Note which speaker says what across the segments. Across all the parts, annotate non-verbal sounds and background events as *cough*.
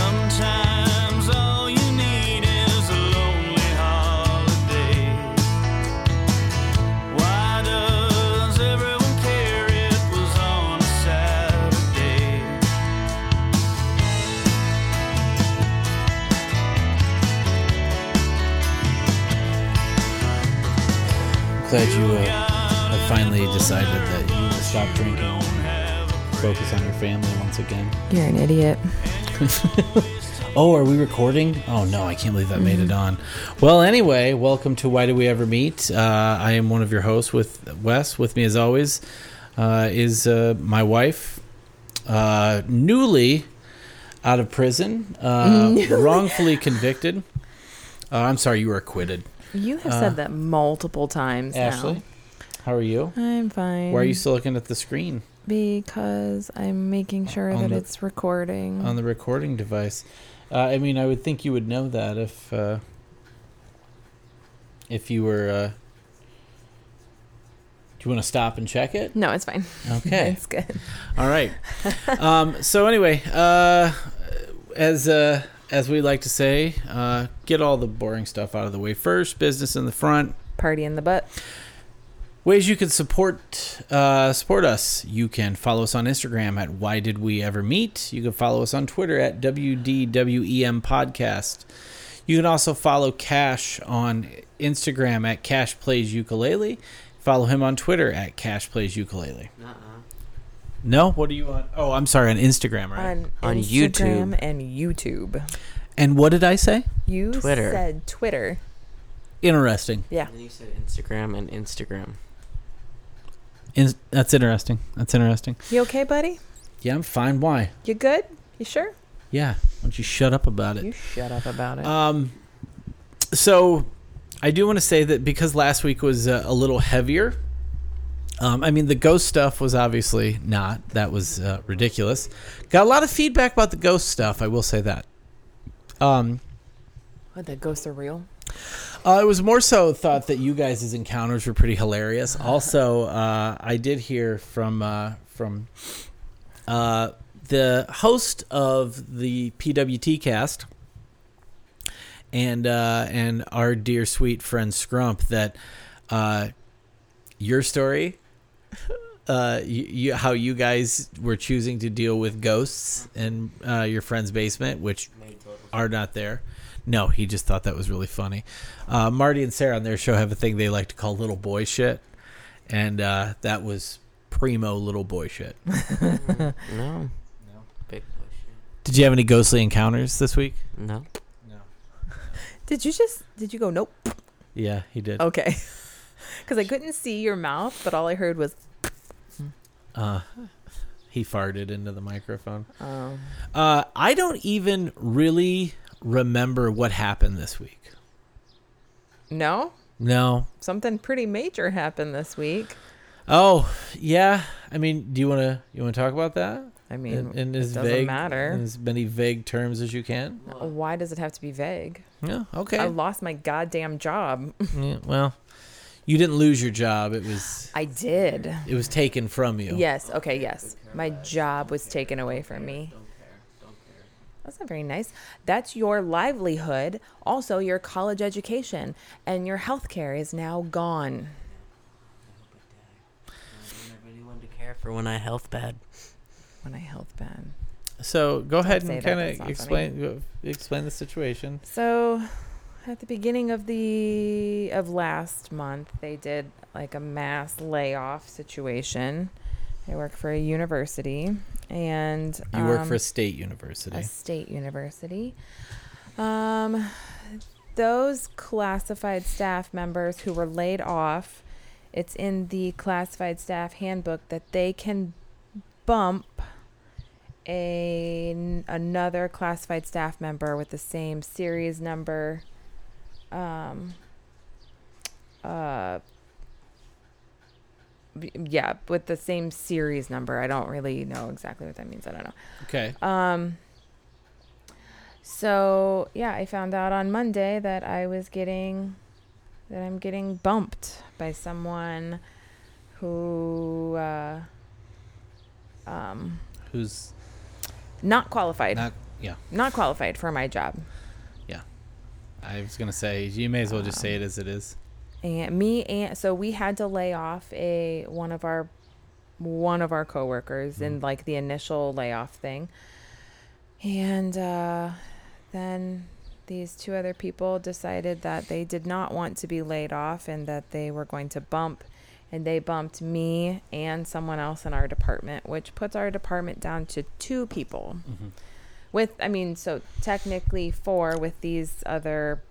Speaker 1: Sometimes all you need is a lonely holiday. Why does everyone care it was on a Saturday?
Speaker 2: Glad you uh, have finally decided that you need to stop drinking and focus on your family once again.
Speaker 3: You're an idiot.
Speaker 2: Oh, are we recording? Oh no, I can't believe that made it on. Well, anyway, welcome to Why Do We Ever Meet? Uh, I am one of your hosts with Wes. With me, as always, uh, is uh, my wife, uh, newly out of prison, uh, wrongfully convicted. Uh, I'm sorry, you were acquitted.
Speaker 3: You have said that multiple times
Speaker 2: Uh, Ashley, how are you?
Speaker 3: now. I'm fine.
Speaker 2: Why are you still looking at the screen?
Speaker 3: Because I'm making sure
Speaker 2: On
Speaker 3: that
Speaker 2: the-
Speaker 3: it's recording.
Speaker 2: on the recording device. Uh, I mean, I would think you would know that if uh, if you were. Uh, do you want to stop and check it?
Speaker 3: no, it's fine.
Speaker 2: Okay.
Speaker 3: It's good.
Speaker 2: All right. Um, so anyway, uh, as uh, as we like to say, uh, get all the boring stuff out of the way first. Business in the front.
Speaker 3: Party in the butt.
Speaker 2: Ways you can support uh, support us. You can follow us on Instagram at Why Did We Ever Meet. You can follow us on Twitter at WDWEM E Podcast. You can also follow Cash on Instagram at Cash Plays Ukulele. Follow him on Twitter at Cash Plays Ukulele. No, what are you on? Oh, I'm sorry, on Instagram, right?
Speaker 3: On,
Speaker 4: On
Speaker 3: Instagram
Speaker 4: YouTube.
Speaker 3: and YouTube.
Speaker 2: and what did I say?
Speaker 3: You
Speaker 4: Twitter.
Speaker 3: said Twitter.
Speaker 2: Interesting.
Speaker 3: Yeah.
Speaker 4: And then you said Instagram and Instagram.
Speaker 2: In- that's interesting. That's interesting.
Speaker 3: You okay, buddy?
Speaker 2: Yeah, I'm fine. Why?
Speaker 3: You good? You sure?
Speaker 2: Yeah. Why don't you shut up about it?
Speaker 3: You shut up about it.
Speaker 2: Um, so I do want to say that because last week was uh, a little heavier. Um, I mean, the ghost stuff was obviously not. That was uh, ridiculous. Got a lot of feedback about the ghost stuff. I will say that. Um,
Speaker 3: what, the ghosts are real?
Speaker 2: uh, it was more so thought that you guys' encounters were pretty hilarious. Also, uh, I did hear from uh, from uh, the host of the PWT cast and uh, and our dear sweet friend Scrump that uh, your story. *laughs* Uh, you, you, how you guys were choosing to deal with ghosts in uh, your friend's basement, which are not there. No, he just thought that was really funny. Uh, Marty and Sarah on their show have a thing they like to call little boy shit, and uh, that was primo little boy shit.
Speaker 4: No. Oh, No. Big push.
Speaker 2: Did you have any ghostly encounters this week?
Speaker 4: No.
Speaker 3: Did you just, did you go, nope?
Speaker 2: Yeah, he did.
Speaker 3: Okay. *laughs* Because I couldn't see your mouth, but all I heard was,
Speaker 2: Uh, he farted into the microphone.
Speaker 3: um,
Speaker 2: Uh, I don't even really remember what happened this week.
Speaker 3: no?
Speaker 2: No.
Speaker 3: Something pretty major happened this week.
Speaker 2: Oh, yeah. I mean, do you want to you want to talk about that?
Speaker 3: I mean,
Speaker 2: in, in as
Speaker 3: it doesn't
Speaker 2: vague,
Speaker 3: matter.
Speaker 2: in as many vague terms as you can.
Speaker 3: Why does it have to be vague?
Speaker 2: Yeah. Okay.
Speaker 3: Mm-hmm. I lost my goddamn job. *laughs*
Speaker 2: Yeah, well, you didn't lose your job. It was
Speaker 3: I did.
Speaker 2: it was taken from you.
Speaker 3: Yes. Okay. Yes. My job was taken away from me. That's not very nice. That's your livelihood, also your college education, and your health care is now gone.
Speaker 4: Anyone to care for when I health bad.
Speaker 3: When I health bad.
Speaker 2: So go ahead
Speaker 3: say
Speaker 2: and
Speaker 3: that,
Speaker 2: kind
Speaker 3: that's
Speaker 2: of
Speaker 3: not
Speaker 2: explain go- explain the situation.
Speaker 3: So, at the beginning of the of last month, they did like a mass layoff situation. I work for a university, and
Speaker 2: You work
Speaker 3: um,
Speaker 2: for a state university.
Speaker 3: a state university. Um, those classified staff members who were laid off, it's in the classified staff handbook that they can bump a another classified staff member with the same series number. Um, uh, yeah, with the same series number. I don't really know exactly what that means. I don't know.
Speaker 2: Okay.
Speaker 3: uh, So yeah, I found out on Monday that I was getting that I'm getting bumped by someone who uh, um,
Speaker 2: Who's
Speaker 3: not qualified, not,
Speaker 2: not? Yeah.
Speaker 3: qualified for my job.
Speaker 2: I was gonna say you may as well just say it as it is.
Speaker 3: And me and so we had to lay off a one of our one of our coworkers in like the initial layoff thing. And uh, then these two other people decided that they did not want to be laid off and that they were going to bump. And they bumped me and someone else in our department, which puts our department down to two people. With, I mean, so technically four with these other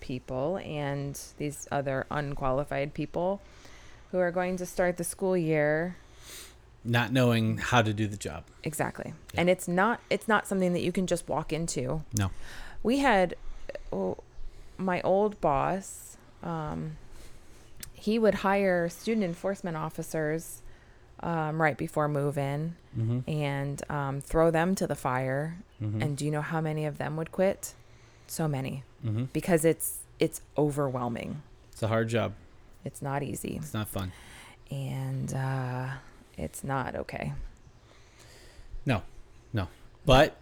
Speaker 3: people and these other unqualified people who are going to start the school year
Speaker 2: Not knowing how to do the job.
Speaker 3: exactly and it's not it's not something that you can just walk into
Speaker 2: No.
Speaker 3: we had oh, my old boss um, he would hire student enforcement officers um, right before move in
Speaker 2: Mm-hmm.
Speaker 3: and um, throw them to the fire
Speaker 2: Mhm.
Speaker 3: and do you know how many of them would quit so many
Speaker 2: Mm-hmm.
Speaker 3: because it's it's overwhelming
Speaker 2: It's a hard job.
Speaker 3: it's not easy
Speaker 2: It's not fun.
Speaker 3: and uh, it's not okay
Speaker 2: No. No. But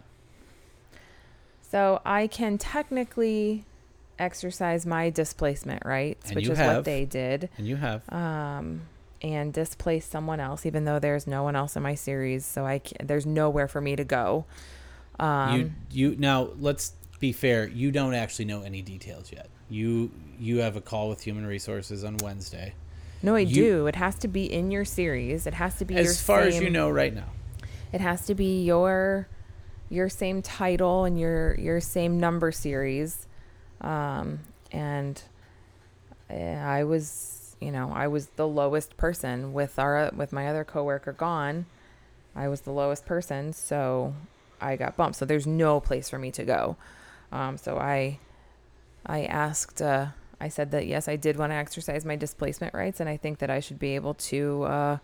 Speaker 3: So I can technically exercise my displacement rights,
Speaker 2: And
Speaker 3: which
Speaker 2: you
Speaker 3: is
Speaker 2: have.
Speaker 3: what they did,
Speaker 2: and you have
Speaker 3: um, and displace someone else, even though there's no one else in my series. So I can, there's nowhere for me to go. Um,
Speaker 2: you you now let's be fair. You don't actually know any details yet. You you have a call with human resources on Wednesday.
Speaker 3: no, I
Speaker 2: you-
Speaker 3: do. It has to be in your series. It has to be your
Speaker 2: as far as you
Speaker 3: same-
Speaker 2: know right now.
Speaker 3: It has to be your your same title and your your same number series. Um, and eh, I was, you know, I was the lowest person with our with my other coworker gone. I was the lowest person, so I got bumped. So there's no place for me to go. Um, so I I asked. Uh, I said that yes, I did want to exercise my displacement rights, and I think that I should be able to. Uh,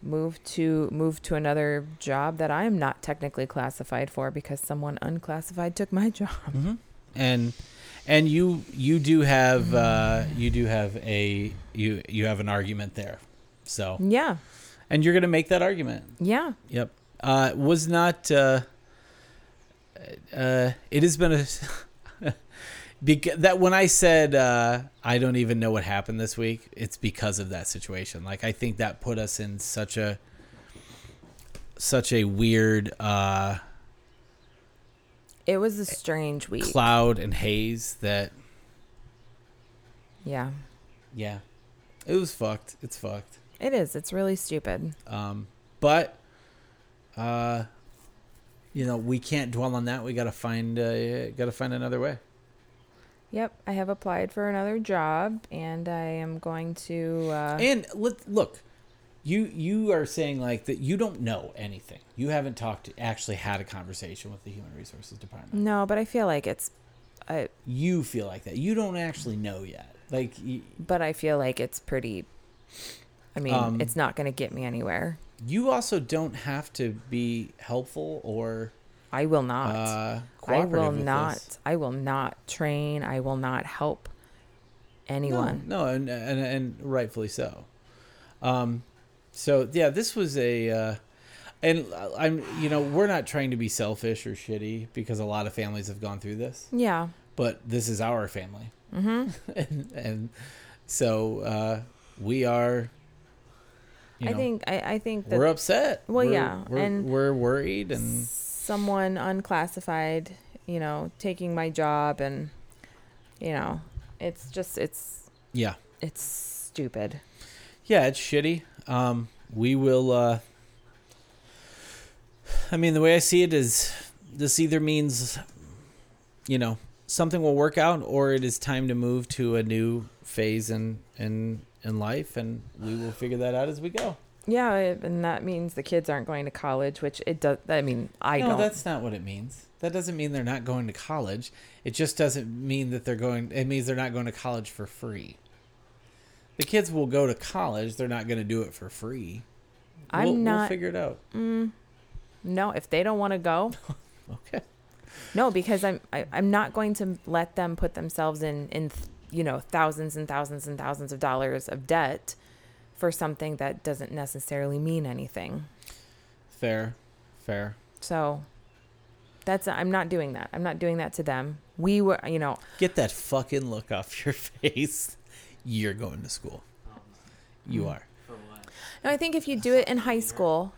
Speaker 3: move to move to another job that I am not technically classified for because someone unclassified took my *laughs* job.
Speaker 2: Mm-hmm. and and you you do have uh, you do have a you you have an argument there so
Speaker 3: Yeah.
Speaker 2: and you're gonna make that argument
Speaker 3: Yeah.
Speaker 2: yep uh was not uh uh it has been a *laughs* because that when i said uh i don't even know what happened this week it's because of that situation like i think that put us in such a such a weird uh
Speaker 3: It was a
Speaker 2: Eh,
Speaker 3: strange week.
Speaker 2: cloud and haze that
Speaker 3: yeah.
Speaker 2: yeah it was fucked it's fucked
Speaker 3: It is. It's really stupid.
Speaker 2: Um, but uh, you know, we can't dwell on that. We gotta find uh, gotta find another way.
Speaker 3: Yep, I have applied for another job and I am going to uh
Speaker 2: And let, look, you you are saying like that you don't know anything. You haven't talked actually had a conversation with the human resources department.
Speaker 3: No, but I feel like it's I
Speaker 2: You feel like that. You don't actually know yet. Like y-
Speaker 3: but I feel like it's pretty I mean,
Speaker 2: Um,
Speaker 3: it's not going to get me anywhere.
Speaker 2: you also don't have to be helpful or
Speaker 3: I will not.
Speaker 2: uh,
Speaker 3: I
Speaker 2: cooperative.
Speaker 3: will
Speaker 2: with
Speaker 3: not.
Speaker 2: this.
Speaker 3: I will not train. I will not help anyone.
Speaker 2: No, no and, and and rightfully so. Um, so yeah, this was a, uh, and I'm you know we're not trying to be selfish or shitty because a lot of families have gone through this,
Speaker 3: Yeah.
Speaker 2: but this is our family, mm-hmm. *laughs* and, and so uh, we are. You
Speaker 3: I
Speaker 2: know,
Speaker 3: think I, I think that
Speaker 2: we're upset.
Speaker 3: Well,
Speaker 2: We're-
Speaker 3: yeah,
Speaker 2: we're,
Speaker 3: and-
Speaker 2: we're worried, and
Speaker 3: someone unclassified, you know, taking my job and you know, it's just it's
Speaker 2: yeah,
Speaker 3: it's stupid.
Speaker 2: yeah, it's shitty. Um, we will. Uh, I mean, the way I see it is, this either means, you know, something will work out, or it is time to move to a new phase in in in life, and we will figure that out as we go.
Speaker 3: Yeah, it- and that means the kids aren't going to college, which it does. I mean, I
Speaker 2: no,
Speaker 3: don't.
Speaker 2: that's not what it means. That doesn't mean they're not going to college. It just doesn't mean that they're going. It means they're not going to college for free. The kids will go to college. They're not going to do it for free.
Speaker 3: I'm
Speaker 2: We'll- We'll
Speaker 3: not.
Speaker 2: figure it out.
Speaker 3: no, if they don't want
Speaker 2: *laughs*
Speaker 3: to go,
Speaker 2: Okay.
Speaker 3: no, because I'm I, I'm not going to let them put themselves in in th- you know thousands and thousands and thousands of dollars of debt for something that doesn't necessarily mean anything.
Speaker 2: Fair. Fair.
Speaker 3: So that's I'm not doing that. I'm not doing that to them. We were, you know,
Speaker 2: Get that fucking look off your *laughs* face. You're going to school. You
Speaker 3: Mm.
Speaker 2: are.
Speaker 4: For what?
Speaker 3: No, I think if you do it in high school,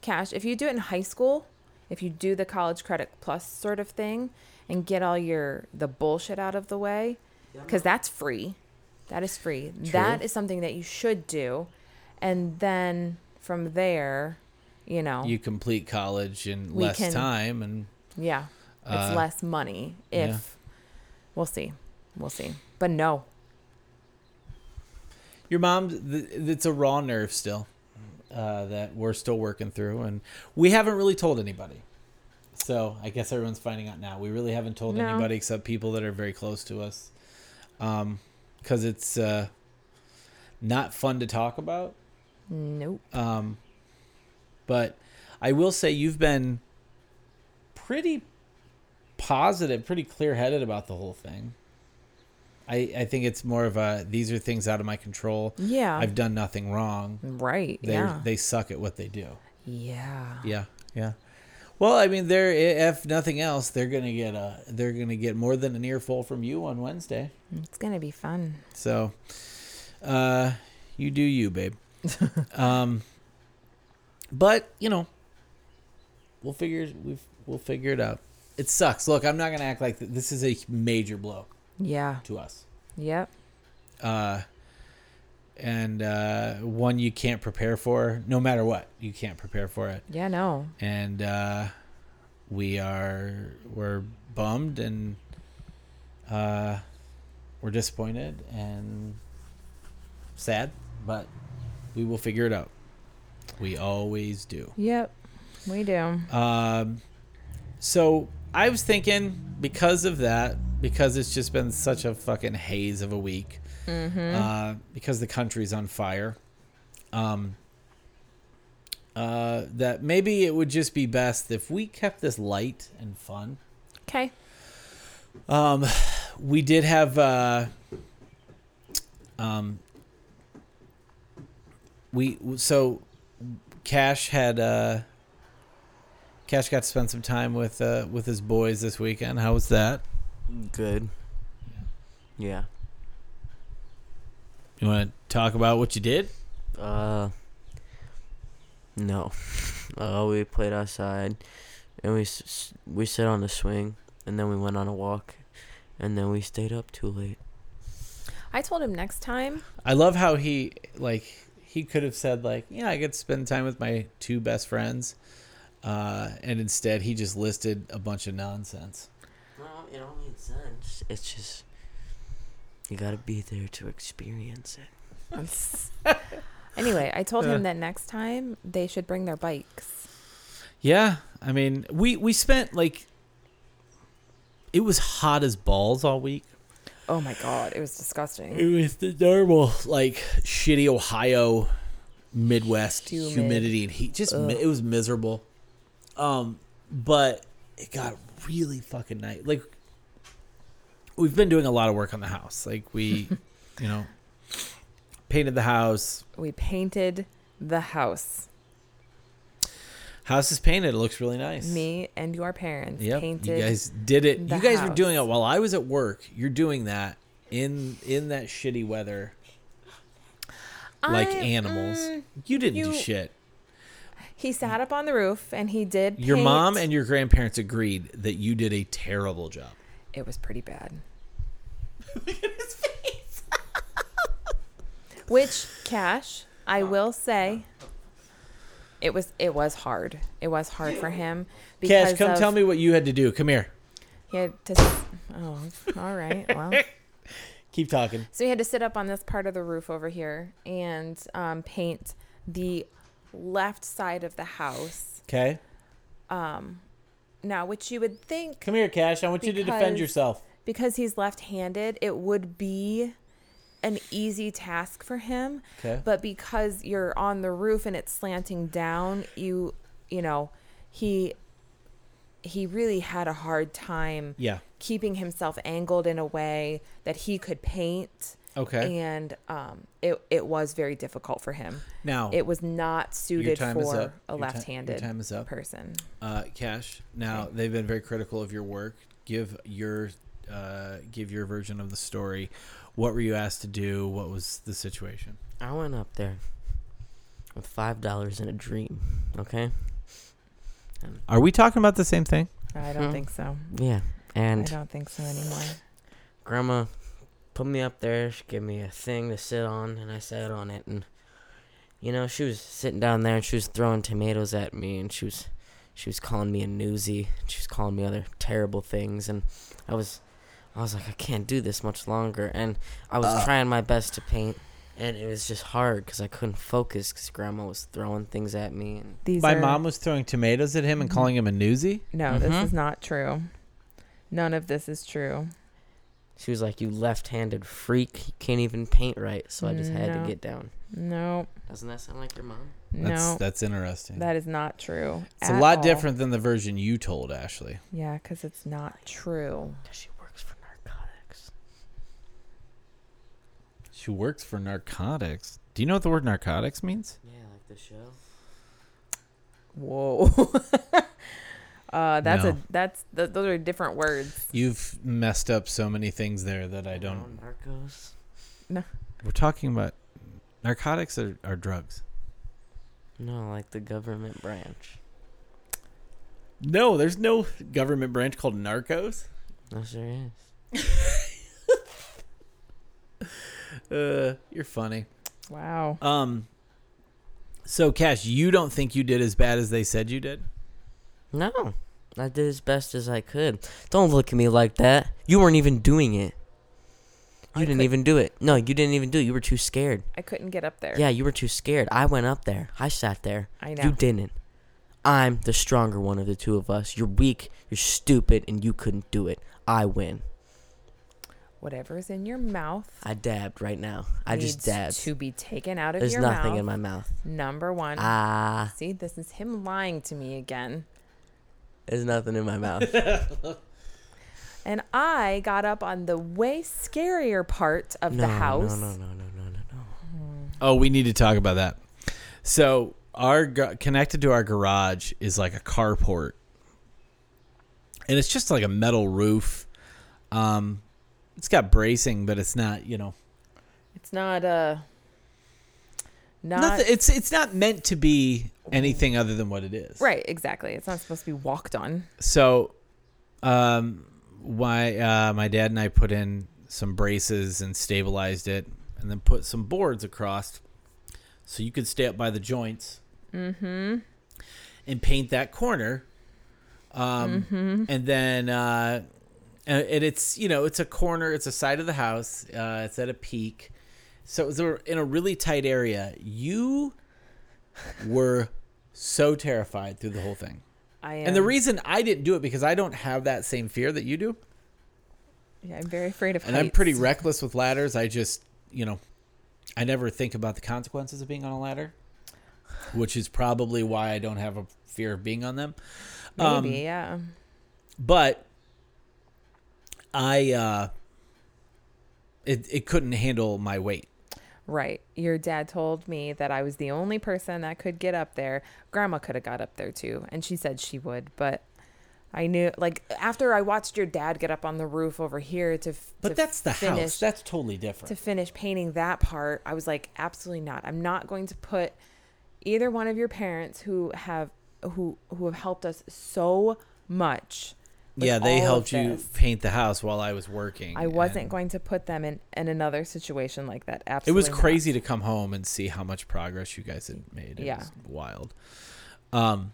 Speaker 3: cash, if you do it in high school, if you do the college credit plus sort of thing and get all your the bullshit out of the way, cuz that's free. That is free. That
Speaker 2: True.
Speaker 3: is something that you should do. And then from there, you know,
Speaker 2: You complete college in
Speaker 3: We
Speaker 2: less
Speaker 3: can-
Speaker 2: time and
Speaker 3: yeah, it's
Speaker 2: Uh,
Speaker 3: less money if
Speaker 2: yeah.
Speaker 3: we'll see. We'll see. But no.
Speaker 2: Your mom, th- it's a raw nerve still uh, that we're still working through, and we haven't really told anybody. So I guess everyone's finding out now. We really haven't told
Speaker 3: No.
Speaker 2: anybody except people that are very close to us, because it's uh, not fun to talk about.
Speaker 3: Nope.
Speaker 2: Uh, But I will say you've been pretty positive, pretty clear headed about the whole thing. I, I think it's more of a these are things out of my control.
Speaker 3: Yeah.
Speaker 2: I've done nothing wrong.
Speaker 3: right.
Speaker 2: they
Speaker 3: yeah.
Speaker 2: they suck at what they do.
Speaker 3: yeah.
Speaker 2: Yeah, yeah. Well, I mean, they're i- if nothing else, they're gonna get a they're gonna get more than an earful from you on Wednesday.
Speaker 3: It's going to be fun.
Speaker 2: So, uh, you do you, babe. um, but you know, we'll figure we we'll figure it out. It sucks. Look, I'm not gonna act like th- this is a major blow
Speaker 3: Yeah.
Speaker 2: to us,
Speaker 3: Yep.
Speaker 2: and uh, one you can't prepare for. No matter what, you can't prepare for it.
Speaker 3: Yeah, no.
Speaker 2: and uh, we are we're bummed and uh, we're disappointed and sad, but we will figure it out. We always do.
Speaker 3: Yep, we do.
Speaker 2: Uh, So I was thinking because of that, because it's just been such a fucking haze of a week, uh, because the country's on fire, um, uh, that maybe it would just be best if we kept this light and fun.
Speaker 3: Okay.
Speaker 2: we did have uh um we so cash had uh cash got to spend some time with uh with his boys this weekend how was that
Speaker 4: Good. Yeah.
Speaker 2: you want to talk about what you did
Speaker 4: Uh. No. *laughs* Uh, we played outside, and we s- s- we sat on the swing, and then we went on a walk, and then we stayed up too late.
Speaker 3: I told him next time.
Speaker 2: i love how he like he could have said like yeah i get to spend time with my two best friends uh and instead he just listed a bunch of nonsense
Speaker 4: Well, it all made sense. It's just you gotta be there to experience it.
Speaker 3: anyway, I told him that next time they should bring their bikes.
Speaker 2: Yeah, I mean, we we spent like it was hot as balls all week.
Speaker 3: Oh my god, it was disgusting.
Speaker 2: It was the normal like shitty Ohio Midwest
Speaker 3: Humid.
Speaker 2: humidity and heat. Just mi- it was miserable. Um, but it got really fucking nice. Like we've been doing a lot of work on the house. Like
Speaker 3: *laughs*
Speaker 2: we, you know, painted the house.
Speaker 3: We painted the house.
Speaker 2: House is painted. It looks really nice.
Speaker 3: Me and your parents
Speaker 2: Yep.
Speaker 3: painted.
Speaker 2: you guys did it. You
Speaker 3: the
Speaker 2: guys were
Speaker 3: house.
Speaker 2: doing it while I was at work. You're doing that in in that shitty weather, like
Speaker 3: I- mm,
Speaker 2: animals. you didn't do
Speaker 3: you-
Speaker 2: shit.
Speaker 3: He sat up on the roof and he did.
Speaker 2: Your mom
Speaker 3: paint.
Speaker 2: and your grandparents agreed that you did a terrible job.
Speaker 3: it was
Speaker 2: *laughs*
Speaker 3: pretty bad. Which Cash, I will say, it was it was hard. It was hard for him.
Speaker 2: Cash,
Speaker 3: because
Speaker 2: come
Speaker 3: of-
Speaker 2: tell me what you had to do. Come here.
Speaker 3: He had to. s- Oh, all right.
Speaker 2: *laughs*
Speaker 3: Well,
Speaker 2: Keep talking.
Speaker 3: so he had to sit up on this part of the roof over here and um, paint the left side of the house.
Speaker 2: Okay.
Speaker 3: Now, which you would think,
Speaker 2: Come here, Cash. I want you to defend
Speaker 3: Because-
Speaker 2: yourself.
Speaker 3: because he's left handed, it would be an easy task for him.
Speaker 2: Okay.
Speaker 3: But because you're on the roof and it's slanting down, you you know, he he really had a hard time
Speaker 2: Yeah.
Speaker 3: keeping himself angled in a way that he could paint.
Speaker 2: Okay.
Speaker 3: And um it it was very difficult for him.
Speaker 2: Now-
Speaker 3: it was not suited
Speaker 2: time is up.
Speaker 3: for a
Speaker 2: Your ti- your
Speaker 3: left-handed
Speaker 2: time is up.
Speaker 3: person.
Speaker 2: Uh, Cash. Now they've been very critical of your work. Give your uh, give your version of the story. What were you asked to do? What was the situation?
Speaker 4: I went up there with five dollars and a dream. Okay.
Speaker 2: Are we talking about the same thing?
Speaker 3: I don't think so.
Speaker 4: Yeah.
Speaker 3: I
Speaker 4: And
Speaker 3: don't think so anymore.
Speaker 4: grandma put me up there. She gave me a thing to sit on, and I sat on it. And you know, she was sitting down there, and she was throwing tomatoes at me, and she was she was calling me a newsie. and She was calling me other terrible things, and I was I was like, I can't do this much longer. And I was trying my best to paint. And it was just hard because I couldn't focus because Grandma was throwing things at me. And
Speaker 3: These
Speaker 2: My
Speaker 3: are,
Speaker 2: mom was throwing tomatoes at him and calling him a newsie.
Speaker 3: No,
Speaker 4: Mm-hmm.
Speaker 3: this is not true. None of this is true.
Speaker 4: She was like, "You left-handed freak, you can't even paint right." So I just had
Speaker 3: No.
Speaker 4: to get down.
Speaker 3: No,
Speaker 4: Doesn't that sound like your mom?
Speaker 2: That's
Speaker 3: no,
Speaker 2: that's interesting.
Speaker 3: that is not true.
Speaker 2: it's a
Speaker 3: at
Speaker 2: lot
Speaker 3: all.
Speaker 2: different than the version you told, Ashley.
Speaker 3: Yeah, because it's not
Speaker 4: *laughs*
Speaker 3: true.
Speaker 4: Cause she works for narcotics.
Speaker 2: She works for narcotics. Do you know what the word narcotics means?
Speaker 4: Yeah, like the show.
Speaker 3: Whoa. *laughs* uh, that's a
Speaker 2: No.
Speaker 3: that's th- those are different words.
Speaker 2: You've messed up so many things there that I don't.
Speaker 4: Narcos.
Speaker 3: No,
Speaker 2: We're talking about narcotics are, are drugs.
Speaker 4: No, like the government branch.
Speaker 2: No, there's no government branch called Narcos.
Speaker 4: No, sure is.
Speaker 2: Uh, you're funny.
Speaker 3: wow.
Speaker 4: Uh,
Speaker 2: Um, so Cash, you don't think you did as bad as they said you did?
Speaker 4: No, I did as best as I could. Don't look at me like that. You weren't even doing it. You didn't even do it. No, you didn't even do it. You were too scared.
Speaker 3: I couldn't get up there.
Speaker 4: Yeah, you were too scared. I went up there. I sat there.
Speaker 3: I know.
Speaker 4: You didn't. I'm the stronger one of the two of us. You're weak, you're stupid, and you couldn't do it. I win.
Speaker 3: Whatever's in your mouth.
Speaker 4: I dabbed right now. I just
Speaker 3: needs
Speaker 4: dabbed.
Speaker 3: to be taken out of
Speaker 4: There's
Speaker 3: your
Speaker 4: nothing
Speaker 3: mouth.
Speaker 4: in my mouth.
Speaker 3: Number one.
Speaker 4: Ah,
Speaker 3: See, this is him lying to me again.
Speaker 4: there's nothing
Speaker 3: *laughs*
Speaker 4: in my mouth.
Speaker 3: And I got up on the way scarier part of
Speaker 4: no,
Speaker 3: the house.
Speaker 4: No, no, no, no, no, no, no.
Speaker 2: Oh, we need to talk about that. So our gar- connected to our garage is like a carport, and it's just like a metal roof. Um, it's got bracing, but it's not you know
Speaker 3: It's not uh not
Speaker 2: nothing. It's it's not meant to be anything other than what it is.
Speaker 3: right, exactly. It's not supposed to be walked on.
Speaker 2: So, um, why uh, my dad and I put in some braces and stabilized it, and then put some boards across, so you could stay up by the joints. Mm-hmm. And paint that corner, um, and then uh, and and it's you know it's a corner, it's a side of the house, uh, it's at a peak, so it was a- in a really tight area. You were so terrified through the whole thing.
Speaker 3: I am
Speaker 2: And the reason I didn't do it because I don't have that same fear that you do,
Speaker 3: yeah, I'm very afraid of
Speaker 2: and I'm
Speaker 3: heights.
Speaker 2: pretty reckless with ladders. I just, you know, I never think about the consequences of being on a ladder, which is probably why I don't have a fear of being on them.
Speaker 3: maybe,
Speaker 2: um,
Speaker 3: yeah.
Speaker 2: But I, uh, it it couldn't handle my weight.
Speaker 3: Right. Your dad told me that I was the only person that could get up there. Grandma could have got up there too, and she said she would, but I knew like after I watched your dad get up on the roof over here to f-
Speaker 2: But
Speaker 3: to
Speaker 2: that's the house.
Speaker 3: finish-
Speaker 2: That's totally
Speaker 3: to
Speaker 2: different.
Speaker 3: finish painting that part, I was like, absolutely not. I'm not going to put either one of your parents who have who who have helped us so much. with
Speaker 2: Yeah, they
Speaker 3: all of
Speaker 2: helped you
Speaker 3: this.
Speaker 2: paint the house while I was working.
Speaker 3: I wasn't
Speaker 2: and
Speaker 3: going to put them in in another situation like that.
Speaker 2: It
Speaker 3: Absolutely,
Speaker 2: was crazy to come home and see how much progress you guys had made. It
Speaker 3: Yeah.
Speaker 2: was wild. Um,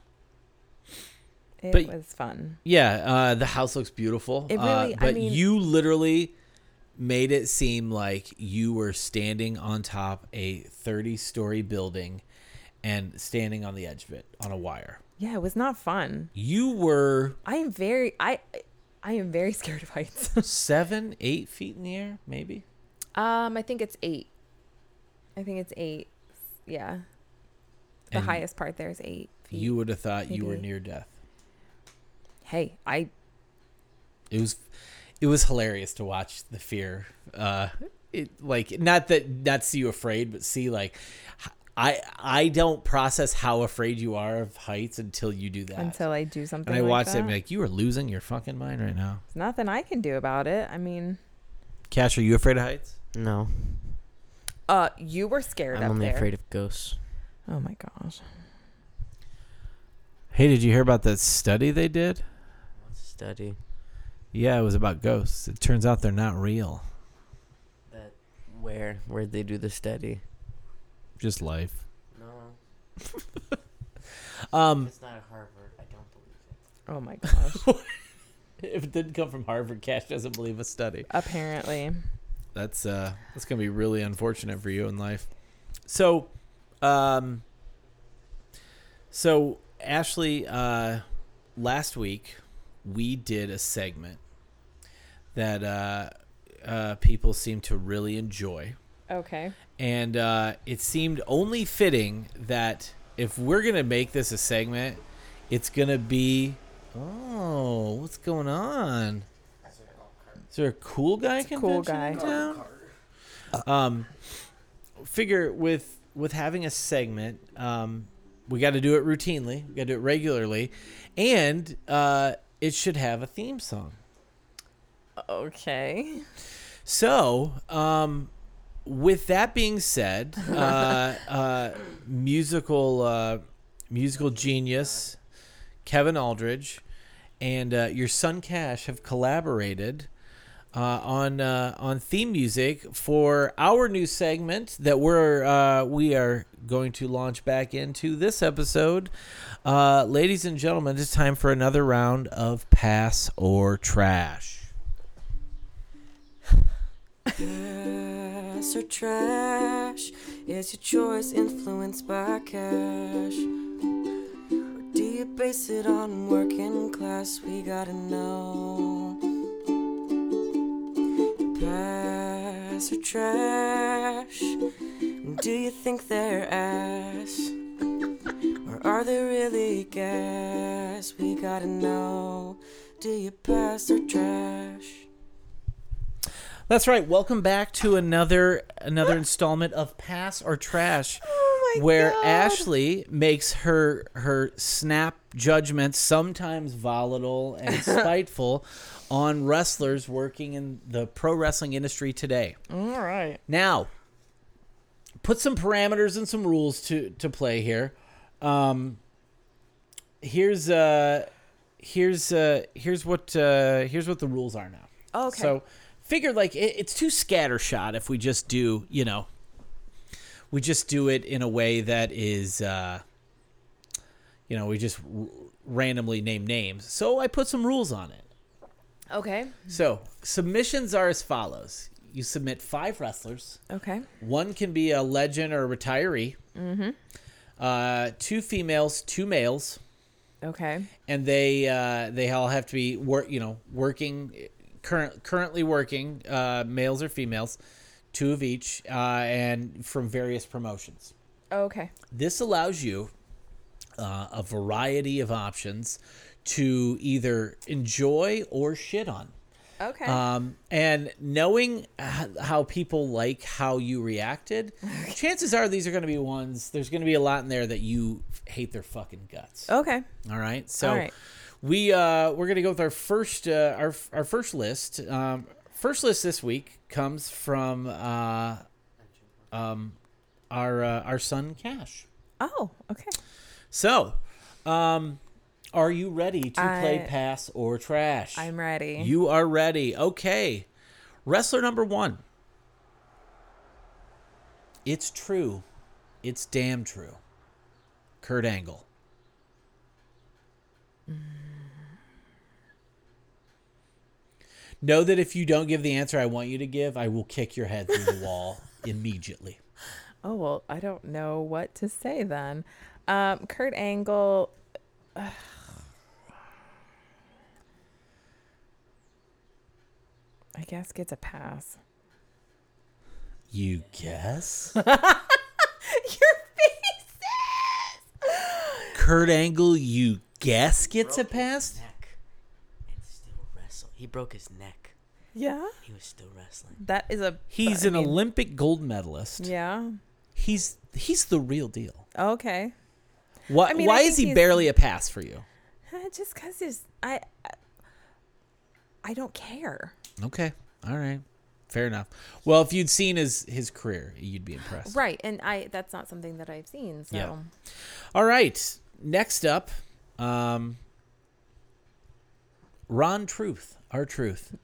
Speaker 3: Not. It
Speaker 2: but-
Speaker 3: was fun.
Speaker 2: Yeah, uh, the house looks beautiful.
Speaker 3: It
Speaker 2: uh,
Speaker 3: really- I
Speaker 2: but
Speaker 3: mean-
Speaker 2: you literally made it seem like you were standing on top a 30 story building and standing on the edge of it on a wire.
Speaker 3: Yeah, it was not fun.
Speaker 2: You
Speaker 3: *laughs*
Speaker 2: were
Speaker 3: I am very *laughs* I I am very scared of heights.
Speaker 2: seven, eight feet in the air, maybe.
Speaker 3: Um, I think it's eight. I think it's eight. Yeah. The
Speaker 2: And
Speaker 3: highest part there is eight. Feet.
Speaker 2: You would have thought you were
Speaker 3: maybe.
Speaker 2: near death.
Speaker 3: Hey, I
Speaker 2: It was, it was hilarious to watch the fear. Uh, it like not that not see you afraid, but see like, h- I I don't process how afraid you are of heights until you do that.
Speaker 3: until I do something.
Speaker 2: and I
Speaker 3: like
Speaker 2: watched it
Speaker 3: that.
Speaker 2: and be like, you are losing your fucking mind right now.
Speaker 3: There's nothing I can do about it. I mean,
Speaker 2: Cash, are you afraid of heights?
Speaker 4: No,
Speaker 3: uh, you were scared
Speaker 4: I'm
Speaker 3: up
Speaker 4: only
Speaker 3: there.
Speaker 4: afraid of ghosts.
Speaker 3: Oh my gosh.
Speaker 2: Hey, did you hear about that study they did?
Speaker 4: Study
Speaker 2: Yeah, it was about ghosts. It turns out they're not real.
Speaker 4: that. Where where'd they do the study?
Speaker 2: Just life.
Speaker 3: *laughs*
Speaker 4: No,
Speaker 2: Um,
Speaker 4: it's not at Harvard. I don't believe
Speaker 3: Oh my gosh.
Speaker 2: *laughs* if it didn't come from Harvard, Cash doesn't believe a study.
Speaker 3: Apparently.
Speaker 2: That's uh, that's gonna be really unfortunate for you in life. So, um, so Ashley, uh, last week we did a segment that uh, uh, people seem to really enjoy.
Speaker 3: Okay.
Speaker 2: and uh, it seemed only fitting that if we're gonna make this a segment, it's gonna be oh, what's going on? Is there a cool guy
Speaker 3: a cool
Speaker 2: convention in
Speaker 3: guy.
Speaker 2: town? Um, figure with with having a segment, um, we got to do it routinely. We got to do it regularly, and uh, it should have a theme song.
Speaker 3: Okay.
Speaker 2: So, um, with that being said, uh, uh, musical uh, musical genius Kevin Aldridge and uh, your son Cash have collaborated uh, on uh, on theme music for our new segment that we're uh, we are going to launch back into this episode. Uh, ladies and gentlemen, it's time for another round of pass or trash.
Speaker 5: Pass or trash is your choice influenced by cash? Or do you base it on working class? We gotta know. Pass or trash? Do you think they're ass? Or are they really gas? We gotta know. Do you pass or trash?
Speaker 2: That's right. Welcome back to another another installment of Pass or Trash, where Ashley makes her her snap judgments, sometimes volatile and spiteful, on wrestlers working in the pro wrestling industry today.
Speaker 3: All right.
Speaker 2: Now, put some parameters and some rules to to play here. Um, here's uh, here's uh, here's what uh, here's what the rules are now.
Speaker 3: Okay.
Speaker 2: So, figure like it, it's too scattershot if we just do you know, we just do it in a way that is, uh, you know, we just r- randomly name names. So I put some rules on it.
Speaker 3: Okay.
Speaker 2: So submissions are as follows: you submit five wrestlers.
Speaker 3: Okay.
Speaker 2: One can be a legend or a retiree. Mm-hmm. Uh, two females, two males,
Speaker 3: Okay.
Speaker 2: and they uh, they all have to be work. You know, working current currently working uh, males or females, two of each, uh, and from various promotions.
Speaker 3: Okay.
Speaker 2: This allows you uh, a variety of options to either enjoy or shit on.
Speaker 3: Okay.
Speaker 2: Um, and knowing h- how people like how you
Speaker 3: *laughs*
Speaker 2: reacted, chances are these are going to be ones. There's going to be a lot in there that you f- hate their fucking guts.
Speaker 3: okay.
Speaker 2: All right, so
Speaker 3: Oh. All right.
Speaker 2: we uh, we're going to go with our first uh, our f- our first list. Um, first list this week comes from uh, um, our uh, our son Cash.
Speaker 3: Oh, okay.
Speaker 2: So, um, are you ready to play
Speaker 3: I-
Speaker 2: pass or trash?
Speaker 3: I'm ready.
Speaker 2: You are ready. Okay. Wrestler number one. It's true. It's damn true. Kurt Angle. Know that if you don't give the answer I want you to give, I will kick your head through the wall immediately.
Speaker 3: Oh well, I don't know what to say then. Um, Kurt Angle. I guess gets a pass.
Speaker 2: You guess?
Speaker 3: Your face.
Speaker 2: Kurt Angle, you guess gets a pass?
Speaker 4: Neck. And still wrestle. He broke his neck.
Speaker 3: Yeah.
Speaker 4: He was still wrestling.
Speaker 3: That is a.
Speaker 2: He's
Speaker 3: I
Speaker 2: an
Speaker 3: mean,
Speaker 2: Olympic gold medalist.
Speaker 3: Yeah.
Speaker 2: He's he's the real deal.
Speaker 3: Okay.
Speaker 2: Why,
Speaker 3: I mean, I
Speaker 2: why is
Speaker 3: think
Speaker 2: he
Speaker 3: he's-
Speaker 2: barely a pass for you?
Speaker 3: Uh, Just because there's I. I- I don't care.
Speaker 2: Okay. All right. Fair enough. Well, if you'd seen his his career, you'd be impressed.
Speaker 3: Right, and I that's not something that I've seen. So
Speaker 2: Yeah. All right. Next up, um, Ron Truth, our Truth.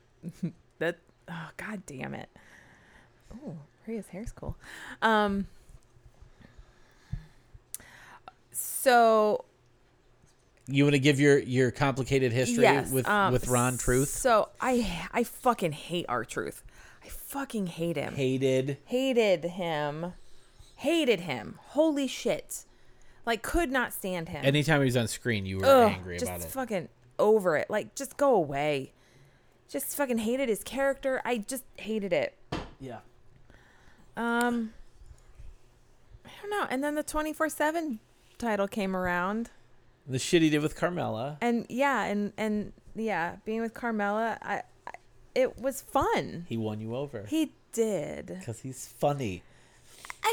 Speaker 3: that oh god damn it. Oh, Rhea's hair's cool. Um so
Speaker 2: You want to give your your complicated history
Speaker 3: yes,
Speaker 2: with
Speaker 3: um,
Speaker 2: with Ron Truth?
Speaker 3: So I I fucking hate our truth. I fucking hate him.
Speaker 2: Hated.
Speaker 3: Hated him. Hated him. Holy shit. Like could not stand him.
Speaker 2: Anytime he was on screen, you were
Speaker 3: Ugh,
Speaker 2: angry
Speaker 3: just
Speaker 2: about it.
Speaker 3: fucking over it. Like, just go away. Just fucking hated his character. I just hated it.
Speaker 2: yeah.
Speaker 3: Um, I don't know. And then the twenty four seven title came around,
Speaker 2: The shit he did with Carmella.
Speaker 3: and yeah, and and yeah, being with Carmella, I, I it was fun.
Speaker 2: He won you over
Speaker 3: He did.
Speaker 2: because he's funny.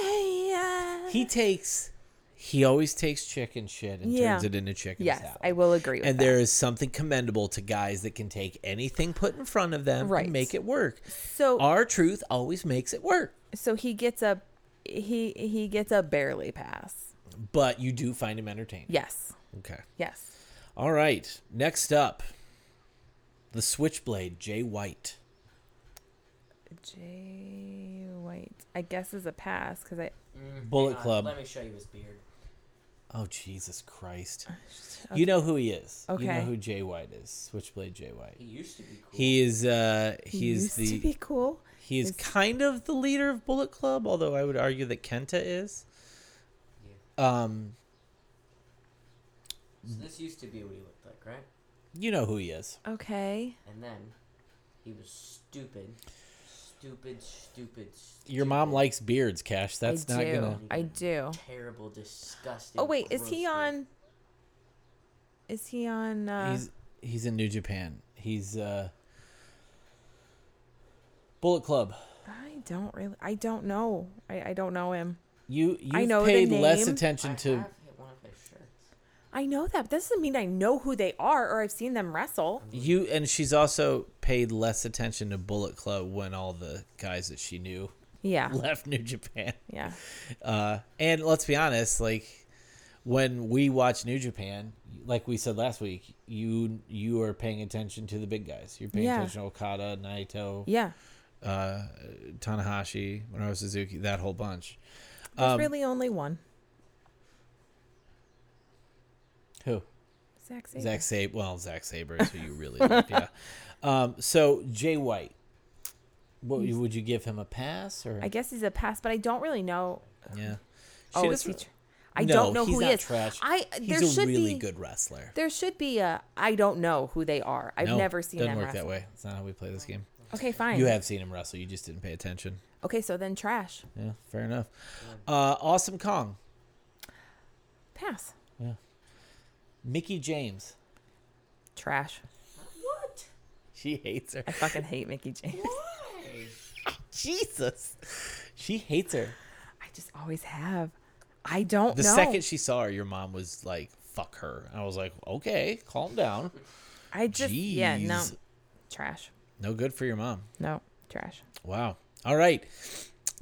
Speaker 3: Yeah.
Speaker 2: He takes. He always takes chicken shit and
Speaker 3: Yeah.
Speaker 2: turns it into chicken
Speaker 3: yes,
Speaker 2: salad.
Speaker 3: I will agree with
Speaker 2: and
Speaker 3: that.
Speaker 2: there is something commendable to guys that can take anything put in front of them
Speaker 3: Right.
Speaker 2: and make it work.
Speaker 3: so
Speaker 2: Our truth always makes it work,
Speaker 3: so he gets a he he gets a barely pass.
Speaker 2: but you do find him entertaining.
Speaker 3: Yes.
Speaker 2: Okay.
Speaker 3: Yes.
Speaker 2: All right. Next up, the Switchblade, Jay White.
Speaker 3: Jay White, I guess, is a pass because I.
Speaker 2: Bullet Club.
Speaker 4: Uh, Let me show you his beard.
Speaker 2: Oh Jesus
Speaker 3: *sighs*
Speaker 2: Christ! You know who he is. You know
Speaker 3: Okay.
Speaker 2: who Jay White is. Switchblade Jay White.
Speaker 4: He used to be cool.
Speaker 2: He is. Uh, he is
Speaker 3: used *laughs* to
Speaker 2: the.
Speaker 3: be cool.
Speaker 2: He is kind of the leader of Bullet Club, although I would argue that Kenta is. Um,
Speaker 4: So this used to be what he looked like, right?
Speaker 2: you know who he is.
Speaker 3: Okay.
Speaker 4: And then he was stupid, stupid, stupid. stupid
Speaker 2: Your mom likes beards, Cash. That's
Speaker 3: I
Speaker 2: not
Speaker 3: do.
Speaker 2: gonna.
Speaker 3: I do.
Speaker 4: terrible, disgusting.
Speaker 3: Oh wait, is
Speaker 4: gross
Speaker 3: he
Speaker 4: beard.
Speaker 3: on? Is he on? Uh,
Speaker 2: He's he's in New Japan. He's uh. Bullet Club.
Speaker 3: I don't really. I don't know. I, I don't know him.
Speaker 2: You you
Speaker 3: know the
Speaker 2: paid less
Speaker 3: name.
Speaker 2: attention
Speaker 4: I
Speaker 2: to.
Speaker 4: have hit one of his shirts.
Speaker 3: I know that, but that doesn't mean I know who they are or I've seen them wrestle.
Speaker 2: You and she's also paid less attention to Bullet Club when all the guys that she knew *laughs*
Speaker 3: Yeah.
Speaker 2: left New Japan.
Speaker 3: Yeah.
Speaker 2: Uh, and let's be honest, like when we watch New Japan, like we said last week, you you are paying attention to the big guys. You're paying
Speaker 3: Yeah.
Speaker 2: attention to Okada, Naito,
Speaker 3: Yeah.
Speaker 2: uh, Tanahashi, Minoru Suzuki, that whole bunch. Um,
Speaker 3: There's really only one.
Speaker 2: Who?
Speaker 3: Zack Sabre.
Speaker 2: Zack Sabre. Well, Zack Sabre is who you
Speaker 3: *laughs*
Speaker 2: really love, yeah. Um, so Jay White, what, would you give him a pass or?
Speaker 3: I guess he's a pass, but I don't really know.
Speaker 2: yeah.
Speaker 3: Oh,
Speaker 2: She
Speaker 3: is he?
Speaker 2: doesn't-
Speaker 3: tr- I
Speaker 2: No,
Speaker 3: don't know
Speaker 2: he's
Speaker 3: who he
Speaker 2: not
Speaker 3: is.
Speaker 2: Trash.
Speaker 3: I
Speaker 2: he's
Speaker 3: there
Speaker 2: a
Speaker 3: should
Speaker 2: really
Speaker 3: be
Speaker 2: good wrestler.
Speaker 3: there should be a I don't know who they are. I've
Speaker 2: No,
Speaker 3: never seen
Speaker 2: doesn't
Speaker 3: them
Speaker 2: work
Speaker 3: wrestle.
Speaker 2: that way. It's not how we play this game.
Speaker 3: Okay, fine.
Speaker 2: You have seen him wrestle. You just didn't pay attention.
Speaker 3: Okay, so then trash.
Speaker 2: Yeah, fair enough. Uh, awesome Kong,
Speaker 3: Pass.
Speaker 2: Mickey James.
Speaker 3: Trash.
Speaker 4: What?
Speaker 2: She hates her. *laughs*
Speaker 3: I fucking hate Mickey James.
Speaker 4: Why?
Speaker 2: Jesus, she hates her.
Speaker 3: I just always have. I don't
Speaker 2: The
Speaker 3: know.
Speaker 2: second she saw her, your mom was like, "Fuck her." I was like, "Okay, calm down."
Speaker 3: I just yeah, no.
Speaker 2: Jeez.
Speaker 3: Trash.
Speaker 2: No good for your mom.
Speaker 3: No, trash.
Speaker 2: Wow. All right.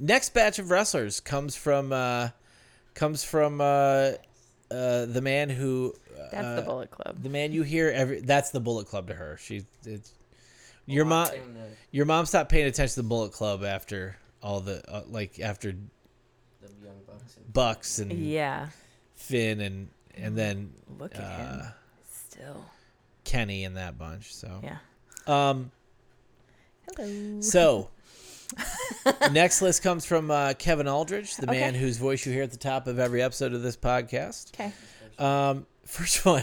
Speaker 2: Next batch of wrestlers comes from uh, comes from uh, uh, the man who
Speaker 3: That's the Bullet Club.
Speaker 2: Uh, the man you hear every. That's the Bullet Club to her. She. It's, your mom.
Speaker 4: Watching the,
Speaker 2: Your mom stopped paying attention to the Bullet Club after all the uh, like after
Speaker 4: the young bucks. And
Speaker 2: Bucks and
Speaker 3: yeah.
Speaker 2: Finn and and then
Speaker 3: Look at him.
Speaker 2: Uh,
Speaker 3: Still.
Speaker 2: Kenny and that bunch. So
Speaker 3: Yeah.
Speaker 2: um
Speaker 3: Hello. *laughs*
Speaker 2: so next list comes from uh, Kevin Aldridge, the man
Speaker 3: Okay.
Speaker 2: whose voice you hear at the top of every episode of this podcast.
Speaker 3: Okay.
Speaker 2: Um, first one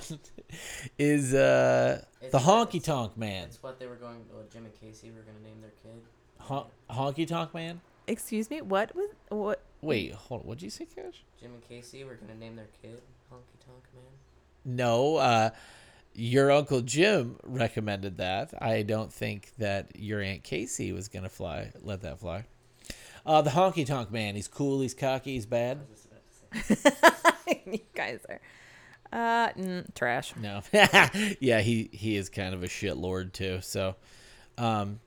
Speaker 2: is uh,
Speaker 4: It's-
Speaker 2: the Honky Tonk Man.
Speaker 4: That's what they were going. Well, Jim and Casey were going to name their kid.
Speaker 2: Hon- honky Tonk Man.
Speaker 3: Excuse me. What was what? *laughs*
Speaker 2: Wait, hold on. What'd you say, Cash?
Speaker 4: Jim and Casey were gonna name their kid Honky Tonk Man.
Speaker 2: No, uh, your Uncle Jim recommended that. I don't think that your Aunt Casey was going to fly. let that fly. Uh, the honky tonk man. He's cool, he's cocky, he's bad.
Speaker 3: you guys are uh mm, trash.
Speaker 2: No. *laughs* yeah, he, he is kind of a shit lord, too. So, um,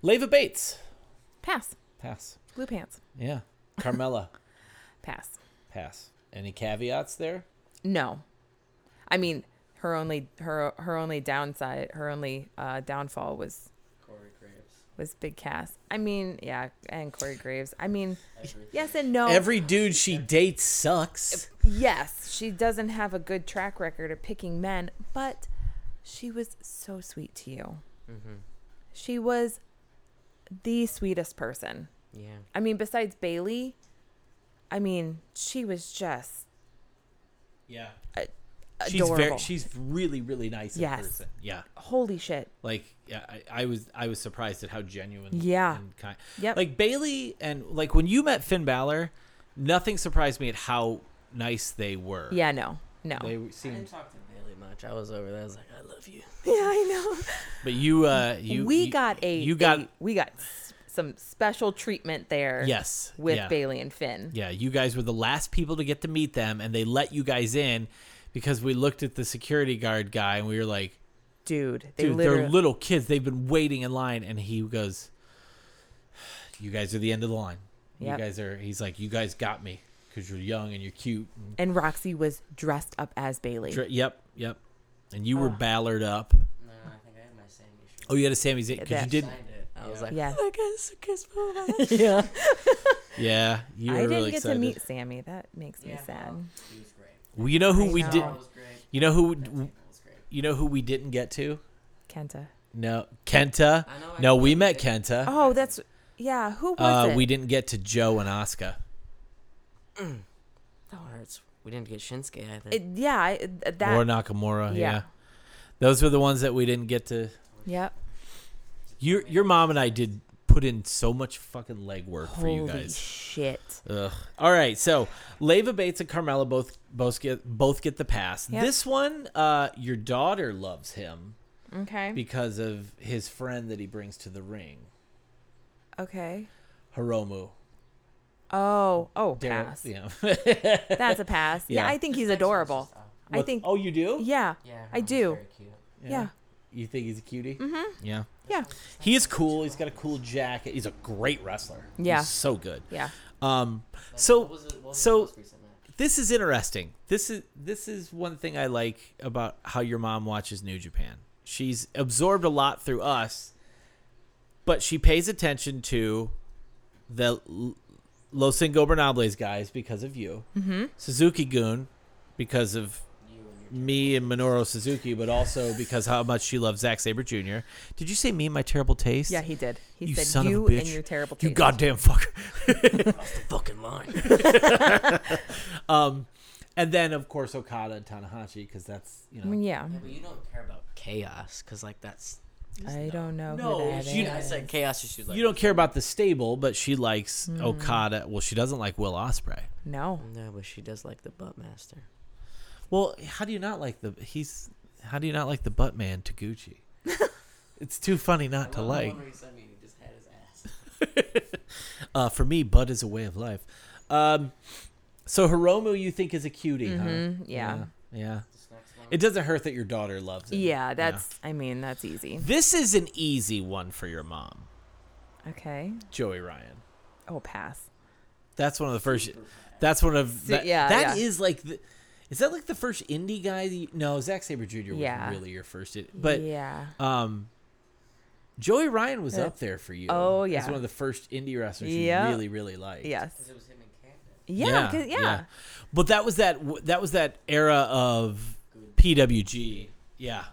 Speaker 2: Leva Bates.
Speaker 3: Pass.
Speaker 2: Pass.
Speaker 3: Blue pants.
Speaker 2: Yeah. Carmella.
Speaker 3: Pass.
Speaker 2: *laughs* Pass. Any caveats there?
Speaker 3: No. I mean, her only her her only downside, her only uh, downfall was
Speaker 4: Corey Graves.
Speaker 3: was Big Cass. I mean, yeah, and Corey Graves. I mean, yes and no.
Speaker 2: Every dude she dates sucks.
Speaker 3: yes, she doesn't have a good track record of picking men, but she was so sweet to you.
Speaker 4: Mm-hmm.
Speaker 3: She was the sweetest person.
Speaker 4: Yeah.
Speaker 3: I mean, besides Bailey, I mean, she was just
Speaker 2: Yeah. She's
Speaker 3: adorable.
Speaker 2: very, she's really, really nice in
Speaker 3: Yes.
Speaker 2: person. Yeah.
Speaker 3: Holy shit!
Speaker 2: Like yeah, I, I was I was surprised at how genuine
Speaker 3: Yeah.
Speaker 2: and kind
Speaker 3: Yep.
Speaker 2: like Bailey and like when you met Finn Balor, nothing surprised me at how nice they were.
Speaker 3: Yeah, no, no.
Speaker 2: They
Speaker 4: I
Speaker 2: seemed
Speaker 4: didn't talk to Bailey much. I was over there. I was like, I love you.
Speaker 3: *laughs* yeah, I know.
Speaker 2: but you uh you
Speaker 3: we
Speaker 2: you-
Speaker 3: got a
Speaker 2: you got
Speaker 3: a- we got s- some special treatment there.
Speaker 2: Yes,
Speaker 3: with
Speaker 2: yeah.
Speaker 3: Bailey and Finn.
Speaker 2: Yeah, you guys were the last people to get to meet them, and they let you guys in because we looked at the security guard guy and we were like,
Speaker 3: Dude, they
Speaker 2: "Dude,
Speaker 3: literally
Speaker 2: they're little kids. They've been waiting in line." And he goes, "You guys are the end of the line.
Speaker 3: Yep.
Speaker 2: You guys are." He's like, "You guys got me because you're young and you're cute." And,
Speaker 3: and Roxy was dressed up as Bailey.
Speaker 2: dr- yep, yep. And you were ballered up.
Speaker 4: No, I think I had my Sammy shirt.
Speaker 2: Oh, you had a Sami Zayn because
Speaker 3: That-
Speaker 2: you didn't.
Speaker 4: Signed it. I was like,
Speaker 3: yeah.
Speaker 4: I guess kiss my ass.
Speaker 3: yeah.
Speaker 2: Yeah, you were
Speaker 3: I didn't
Speaker 2: really
Speaker 3: get
Speaker 2: excited.
Speaker 3: to meet Sammy. That makes me sad.
Speaker 4: He was great.
Speaker 2: Well, you know who we
Speaker 3: know.
Speaker 2: did.
Speaker 4: Paul was great.
Speaker 2: You know who.
Speaker 4: Paul was great.
Speaker 2: You know who we didn't get to.
Speaker 3: Kenta.
Speaker 2: No, Kenta.
Speaker 4: I know I
Speaker 2: no,
Speaker 4: can
Speaker 2: we
Speaker 4: get
Speaker 2: met
Speaker 4: it.
Speaker 2: Kenta.
Speaker 3: Oh, that's yeah. Oh, Who was
Speaker 2: Uh,
Speaker 3: it?
Speaker 2: we didn't get to Joe and Asuka.
Speaker 4: That hurts. We didn't get Shinsuke either.
Speaker 3: It- yeah, I, that.
Speaker 2: or Nakamura. Yeah.
Speaker 3: yeah.
Speaker 2: those were the ones that we didn't get to.
Speaker 3: Yep.
Speaker 2: Your your mom and I did put in so much fucking legwork for
Speaker 3: Holy
Speaker 2: you guys. Uh,
Speaker 3: shit.
Speaker 2: Ugh. All right, so Leva Bates and Carmella both both get both get the pass.
Speaker 3: Yep.
Speaker 2: This one, uh, your daughter loves him
Speaker 3: Okay.
Speaker 2: because of his friend that he brings to the ring,
Speaker 3: okay.
Speaker 2: Hiromu.
Speaker 3: Oh. Oh.
Speaker 2: Dar-
Speaker 3: Pass.
Speaker 2: Yeah. *laughs*
Speaker 3: That's a pass. yeah.
Speaker 2: Yeah.
Speaker 3: I think he's adorable. I
Speaker 2: What-
Speaker 3: think.
Speaker 2: Oh, you do?
Speaker 3: Yeah.
Speaker 4: yeah,
Speaker 3: I
Speaker 4: Ron was
Speaker 3: do.
Speaker 4: Very cute.
Speaker 3: Yeah.
Speaker 2: You think he's a cutie? Mm-hmm. Yeah.
Speaker 3: Yeah.
Speaker 2: He is cool. He's got a cool jacket. He's a great wrestler.
Speaker 3: Yeah.
Speaker 2: He's so good.
Speaker 3: Yeah.
Speaker 2: Um, so
Speaker 4: Was it, what was
Speaker 2: So-
Speaker 4: his most recent match?
Speaker 2: this is interesting. This is this is one thing I like about how your mom watches New Japan. She's absorbed a lot through us, but she pays attention to the L- Los Ingobernables guys because of you, mm-hmm. Suzuki Goon because of me and Minoru Suzuki, but also because how much she loves Zack Saber Jr. Did you say me and my terrible taste?
Speaker 3: Yeah. He did. He
Speaker 2: you
Speaker 3: said
Speaker 2: son
Speaker 3: you
Speaker 2: of a bitch.
Speaker 3: and your terrible.
Speaker 2: You
Speaker 3: taste."
Speaker 2: goddamn fucker.
Speaker 4: Fucking line.
Speaker 2: And then of course Okada and Tanahashi because that's you know.
Speaker 3: I mean, Mm, yeah.
Speaker 4: But you don't care about chaos, cause like that's.
Speaker 3: I don't know
Speaker 2: No,
Speaker 3: who that is.
Speaker 2: you-
Speaker 4: I said chaos. She's like.
Speaker 2: you don't care about the stable, but she likes
Speaker 3: Hmm.
Speaker 2: Okada. Well, she doesn't like Will Osprey.
Speaker 3: No.
Speaker 4: No, but she does like the butt master.
Speaker 2: Well, how do you not like the he's? How do you not like the butt man
Speaker 3: *laughs*
Speaker 2: Taguchi? it's too funny not to like.
Speaker 4: he sent me, he just had his ass.
Speaker 2: Uh, for me, butt is a way of life. Um, so Hiromu, you think is a cutie, huh?
Speaker 3: Mm-hmm. Yeah.
Speaker 2: yeah. It doesn't hurt that your daughter loves it.
Speaker 3: Yeah. That's. I mean, that's easy.
Speaker 2: This is an easy one for your mom,
Speaker 3: Okay.
Speaker 2: Joey Ryan.
Speaker 3: Oh, pass.
Speaker 2: That's one of the first. That's one of that,
Speaker 3: yeah,
Speaker 2: That is
Speaker 3: yeah.
Speaker 2: like the. Is that like the first indie guy? That you, no, Zack Saber Jr.
Speaker 3: Yeah.
Speaker 2: was really your first. It, but
Speaker 3: yeah.
Speaker 2: um, Joey Ryan was up there for you.
Speaker 3: Oh,
Speaker 2: as
Speaker 3: yeah.
Speaker 2: one of the first indie wrestlers
Speaker 3: Yeah.
Speaker 2: you really really liked.
Speaker 3: yes.
Speaker 4: it was him and Candace.
Speaker 3: Yeah. 'cause- Yeah.
Speaker 2: But that was that. w- That was that era of PWG. Yeah,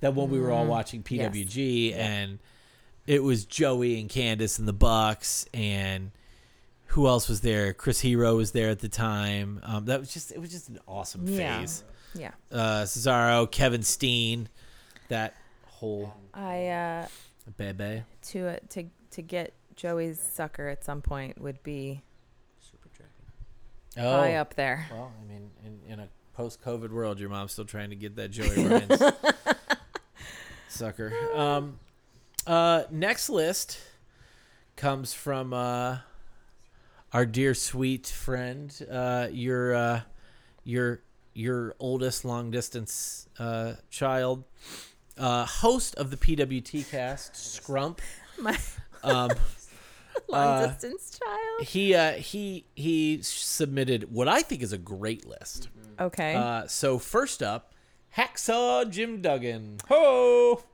Speaker 2: that when we were
Speaker 3: Mm-hmm.
Speaker 2: all watching PWG and it was Joey and Candace and the Bucks and who else was there? Chris Hero was there at the time. Um, that was just it was just an awesome
Speaker 3: Yeah.
Speaker 2: phase.
Speaker 3: Yeah.
Speaker 2: Uh, Cesaro, Kevin Steen, that whole
Speaker 3: I uh
Speaker 2: bebe.
Speaker 3: to uh, to to get Joey's sucker at some point would be
Speaker 4: Super Dragon.
Speaker 2: Oh,
Speaker 3: high
Speaker 2: *laughs*
Speaker 3: up there.
Speaker 2: well, I mean, in, in a post-COVID world, your mom's still trying to get that Joey Ryan's sucker. Um, uh, next list comes from uh, our dear sweet friend, uh, your uh, your your oldest long distance uh, child, uh, host of the PWT cast, Scrump.
Speaker 3: My
Speaker 2: Um,
Speaker 3: *laughs* long
Speaker 2: Uh,
Speaker 3: distance child.
Speaker 2: he uh, he he submitted what I think is a great list.
Speaker 3: Okay.
Speaker 2: Uh, so first up, Hacksaw Jim Duggan. Ho!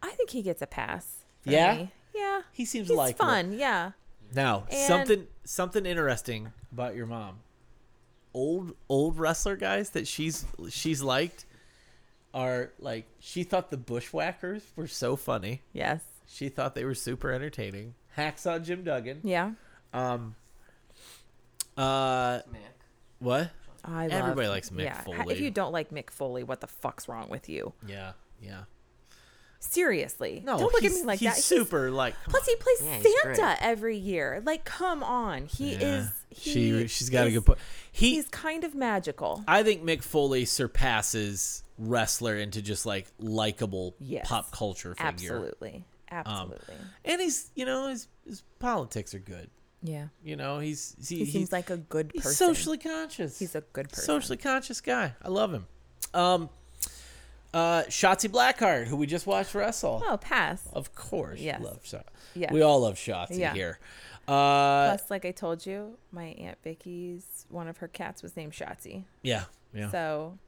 Speaker 3: I think he gets a pass. for
Speaker 2: Yeah?
Speaker 3: me. Yeah.
Speaker 2: He seems
Speaker 3: He's
Speaker 2: like
Speaker 3: fun. Yeah.
Speaker 2: Now
Speaker 3: And-
Speaker 2: something something interesting about your mom. Old old wrestler guys that she's she's liked are like she thought the Bushwhackers were so funny.
Speaker 3: Yes.
Speaker 2: She thought they were super entertaining. Hacksaw Jim Duggan.
Speaker 3: Yeah.
Speaker 2: Um. Uh. What?
Speaker 3: I love,
Speaker 2: Everybody likes Mick
Speaker 3: yeah. Ha- If
Speaker 2: Foley.
Speaker 3: you don't like Mick Foley, what the fuck's wrong with you?
Speaker 2: Yeah. Yeah.
Speaker 3: Seriously.
Speaker 2: No.
Speaker 3: don't look at
Speaker 2: he's-
Speaker 3: me like
Speaker 2: he's
Speaker 3: that. He's-
Speaker 2: super like. come
Speaker 3: Plus, he plays
Speaker 4: Yeah, he's great.
Speaker 3: Santa every year. Like, come on, he
Speaker 2: Yeah.
Speaker 3: is. He
Speaker 2: she she's got a
Speaker 3: is-
Speaker 2: good point. He
Speaker 3: He's kind of magical.
Speaker 2: I think Mick Foley surpasses wrestler into just like likable
Speaker 3: Yes.
Speaker 2: pop culture figure.
Speaker 3: Absolutely,
Speaker 2: um,
Speaker 3: absolutely.
Speaker 2: And he's you know his his politics are good.
Speaker 3: yeah,
Speaker 2: You know he's he,
Speaker 3: he,
Speaker 2: he-
Speaker 3: seems like a good
Speaker 2: he's
Speaker 3: person.
Speaker 2: socially conscious.
Speaker 3: he's a good person.
Speaker 2: socially conscious guy. I love him. Um, uh, Shotzi Blackheart, who we just watched wrestle.
Speaker 3: Oh, pass.
Speaker 2: Of course,
Speaker 3: Yes.
Speaker 2: love Shot.
Speaker 3: Yes.
Speaker 2: We all love Shotzi
Speaker 3: Yeah.
Speaker 2: here. Uh,
Speaker 3: Plus, like I told you, my aunt Vicky's one of her cats was named Shotzi.
Speaker 2: yeah, yeah. Uh,
Speaker 3: So,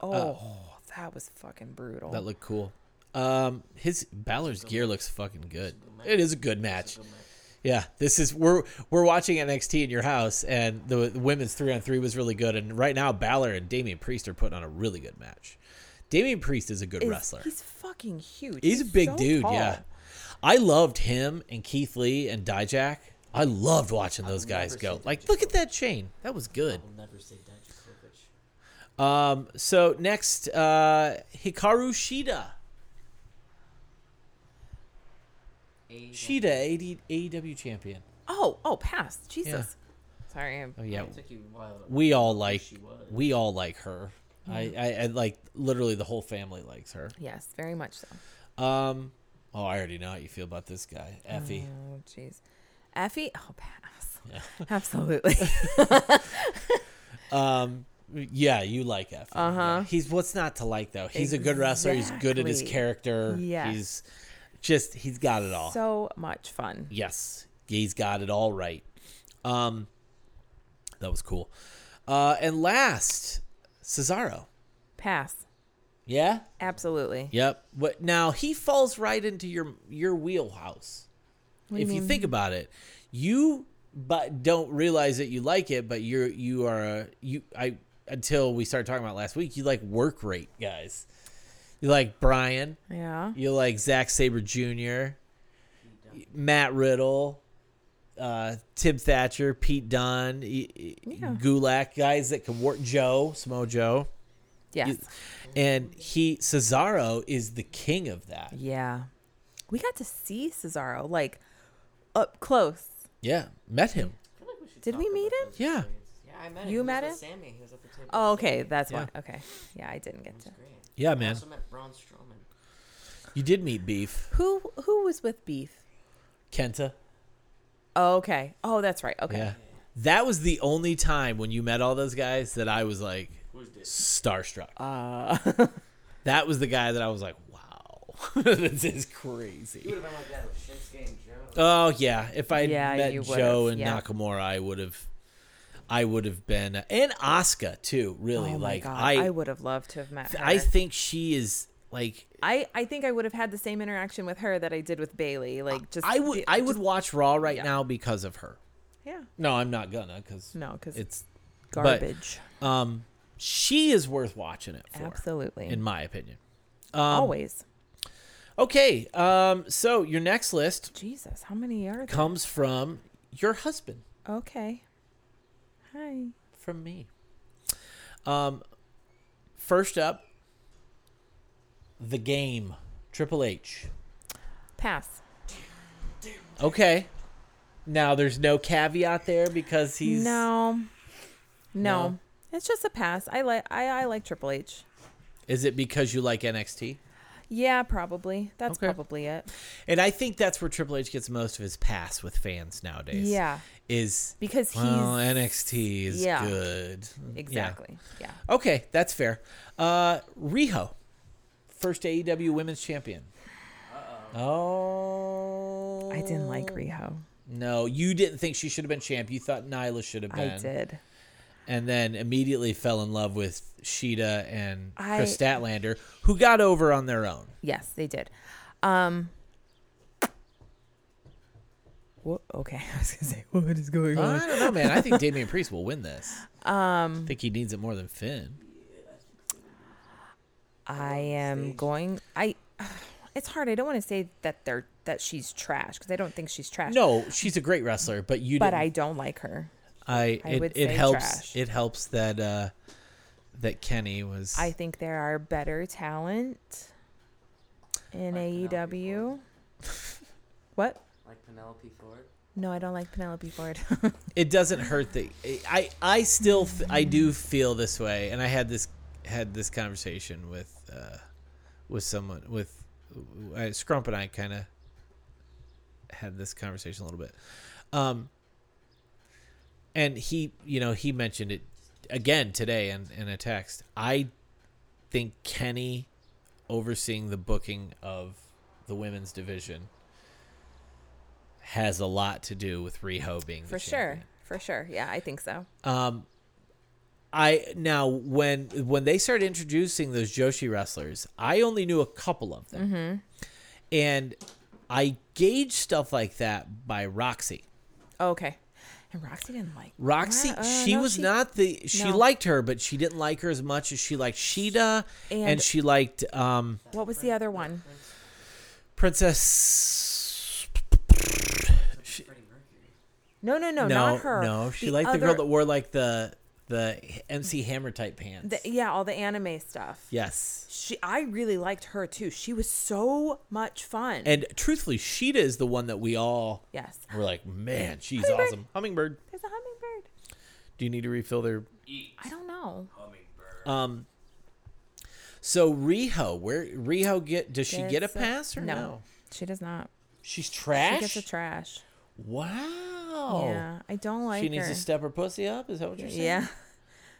Speaker 3: oh, that was fucking brutal.
Speaker 2: That looked cool. Um, his Balor's gear looks fucking good. It is a good match. Yeah, this is we're we're watching NXT in your house, and the, the women's three on three was really good. And right now, Balor and Damian Priest are putting on a really good match. Damian Priest is a good
Speaker 3: Is-
Speaker 2: wrestler. He's,
Speaker 3: He's fucking huge.
Speaker 2: a big
Speaker 3: so
Speaker 2: dude.
Speaker 3: tall.
Speaker 2: Yeah, I loved him and Keith Lee and Dijak. I loved watching those guys go. Like, look at that chain. That was good.
Speaker 4: Never say Dijakovic.
Speaker 2: Um, so next, uh, Hikaru Shida. Shida, AD, AEW E champion.
Speaker 3: Oh, oh, pass. Jesus. Sorry, I'm
Speaker 2: Oh yeah,
Speaker 4: Took you a while.
Speaker 2: we all like
Speaker 4: was.
Speaker 2: we all like her. I, I, I like literally the whole family likes her.
Speaker 3: Yes, very much so.
Speaker 2: Um, oh, I already know how you feel about this guy, Effie.
Speaker 3: Oh, jeez. Effie? Oh, pass. *laughs*
Speaker 2: *laughs*
Speaker 3: Absolutely.
Speaker 2: Um, yeah, you like Effie.
Speaker 3: Uh-huh.
Speaker 2: Uh huh. He's what's not to like though. He's a good wrestler. He's good at his
Speaker 3: Exactly.
Speaker 2: character.
Speaker 3: Yes.
Speaker 2: He's just he's got it all.
Speaker 3: so much fun.
Speaker 2: Yes, he's got it all right. Um, that was cool. Uh, and last, Cesaro.
Speaker 3: Pass.
Speaker 2: Yeah.
Speaker 3: Absolutely.
Speaker 2: Yep. What now? He falls right into your your wheelhouse. if you think about it, you but don't realize that you like it, but you're you are a you I until we started talking about last week. You like work rate guys. You like Brian.
Speaker 3: Yeah.
Speaker 2: You like Zack Saber Jr., Matt Riddle, uh, Tim Thatcher, Pete Dunn, e- e- Gulak guys that can work. Joe Samoa Joe,
Speaker 3: Yes.
Speaker 2: and he Cesaro is the king of that.
Speaker 3: yeah. We got to see Cesaro like up close.
Speaker 2: Yeah, met him.
Speaker 3: Did we meet him?
Speaker 2: Yeah,
Speaker 4: Yeah, I met him.
Speaker 3: You
Speaker 4: He was
Speaker 3: met
Speaker 4: with
Speaker 3: him?
Speaker 4: Sammy. He was at the table.
Speaker 3: Oh, okay. That's
Speaker 2: Yeah.
Speaker 3: why. Okay. Yeah, I didn't get to.
Speaker 4: Great.
Speaker 2: yeah,
Speaker 4: I
Speaker 2: man.
Speaker 4: also met Braun Strowman.
Speaker 2: You did meet Beef
Speaker 3: Who who was with Beef?
Speaker 2: Kenta.
Speaker 3: Oh, okay. Oh, that's right. Okay.
Speaker 2: Yeah, that was the only time when you met all those guys that I was like starstruck.
Speaker 3: Uh.
Speaker 2: *laughs* that was the guy that I was like, wow, *laughs* this is crazy.
Speaker 4: Would have been like that with Shinsuke and Joe.
Speaker 2: Oh yeah, if I
Speaker 3: Yeah, you
Speaker 2: met
Speaker 3: would've,
Speaker 2: Joe and
Speaker 3: yeah.
Speaker 2: Nakamura, I would have, I would have been, and Asuka too. Really,
Speaker 3: Oh my
Speaker 2: like
Speaker 3: god. I,
Speaker 2: I, I,
Speaker 3: would have loved to have met her.
Speaker 2: think she is like
Speaker 3: I, I think I would have had the same interaction with her that I did with Bailey. Like just
Speaker 2: I would,
Speaker 3: the-
Speaker 2: I would watch Raw right
Speaker 3: yeah.
Speaker 2: now because of her.
Speaker 3: yeah.
Speaker 2: No, I'm not gonna because
Speaker 3: No, because it's
Speaker 2: it's but-
Speaker 3: garbage.
Speaker 2: um she is worth watching it for,
Speaker 3: Absolutely.
Speaker 2: in my opinion.
Speaker 3: Always.
Speaker 2: Okay, um, so your next list
Speaker 3: Jesus, how many are there?
Speaker 2: comes from your husband,
Speaker 3: Okay. Hi.
Speaker 2: from me. Um, first up, the game Triple H.
Speaker 3: Pass.
Speaker 2: Okay. Now there's no caveat there because he's
Speaker 3: No. no,
Speaker 2: No.
Speaker 3: it's just a pass. I like I, I like Triple H.
Speaker 2: Is it because you like NXT?
Speaker 3: Yeah, probably. That's
Speaker 2: Okay.
Speaker 3: probably it.
Speaker 2: And I think that's where Triple H gets most of his pass with fans nowadays.
Speaker 3: Yeah,
Speaker 2: Is
Speaker 3: because he's
Speaker 2: well, NXT is
Speaker 3: yeah.
Speaker 2: good. Yeah.
Speaker 3: exactly. Yeah.
Speaker 2: Okay, that's fair. Uh Riho, first AEW women's champion. Oh.
Speaker 3: I didn't like Riho.
Speaker 2: No, you didn't think she should have been champ. You thought Nyla should have been.
Speaker 3: I did.
Speaker 2: And then immediately fell in love with Sheeta and
Speaker 3: I-
Speaker 2: Chris Statlander, who got over on their
Speaker 3: *laughs*
Speaker 2: own.
Speaker 3: Yes, they did. Um. What? Okay, *laughs* I was gonna say what is going on.
Speaker 2: I don't know, man. I think Damian Priest will win
Speaker 3: *laughs*
Speaker 2: this. Um, I think he needs it more than Finn.
Speaker 3: I am going. I. *sighs* It's hard. I don't want to say that they're that she's trash because I don't think she's trash.
Speaker 2: No, she's a great wrestler, but you.
Speaker 3: but I
Speaker 2: didn't,
Speaker 3: don't like her.
Speaker 2: I.
Speaker 3: I
Speaker 2: it,
Speaker 3: would
Speaker 2: it
Speaker 3: say
Speaker 2: helps.
Speaker 3: trash.
Speaker 2: It helps that uh, that Kenny was.
Speaker 3: I think there are better talent
Speaker 2: *laughs*
Speaker 3: in AEW. what?
Speaker 4: Like Penelope Ford.
Speaker 3: No, I don't like Penelope *laughs* Ford.
Speaker 2: it doesn't hurt that I. I still. f- I do feel this way, and I had this had this conversation with uh, with someone with uh, Scrump and I kind of had this conversation a little bit. Um, and he, you know, he mentioned it again today in, in a text. I think Kenny overseeing the booking of the women's division has a lot to do with Riho being the
Speaker 3: For
Speaker 2: champion.
Speaker 3: sure. For sure. Yeah, I think so.
Speaker 2: I now when when they started introducing those Joshi wrestlers, I only knew a couple of them,
Speaker 3: Mm-hmm.
Speaker 2: and I gauge stuff like that by Roxy.
Speaker 3: okay. And Roxy didn't like
Speaker 2: Roxy,
Speaker 3: Ro- uh,
Speaker 2: she
Speaker 3: no,
Speaker 2: was not the she
Speaker 3: no.
Speaker 2: liked her, but she didn't like her as much as she liked Sheeta, and,
Speaker 3: And-
Speaker 2: she liked um
Speaker 3: What was the other one?
Speaker 2: Princess.
Speaker 3: No, no, no,
Speaker 2: no,
Speaker 3: not her.
Speaker 2: no, she
Speaker 3: The
Speaker 2: liked the
Speaker 3: other-
Speaker 2: girl that wore like the the MC Hammer type pants.
Speaker 3: the- yeah, all the anime stuff.
Speaker 2: yes,
Speaker 3: She, I really liked her too. She was so much fun.
Speaker 2: and truthfully, Sheeta is the one that we all
Speaker 3: yes,
Speaker 2: We're like, man, she's
Speaker 3: Hummingbird.
Speaker 2: awesome. Hummingbird.
Speaker 3: there's a hummingbird.
Speaker 2: Do you need to refill their?
Speaker 3: I don't know.
Speaker 2: Um. So Riho, where Riho get? Does she get a
Speaker 3: Gets
Speaker 2: pass or no?
Speaker 3: She does not.
Speaker 2: She's
Speaker 3: She
Speaker 2: trash.
Speaker 3: gets a trash.
Speaker 2: wow.
Speaker 3: Yeah, I don't like
Speaker 2: Oh. she needs
Speaker 3: her.
Speaker 2: to step her pussy up. Is that what you're saying?
Speaker 3: yeah.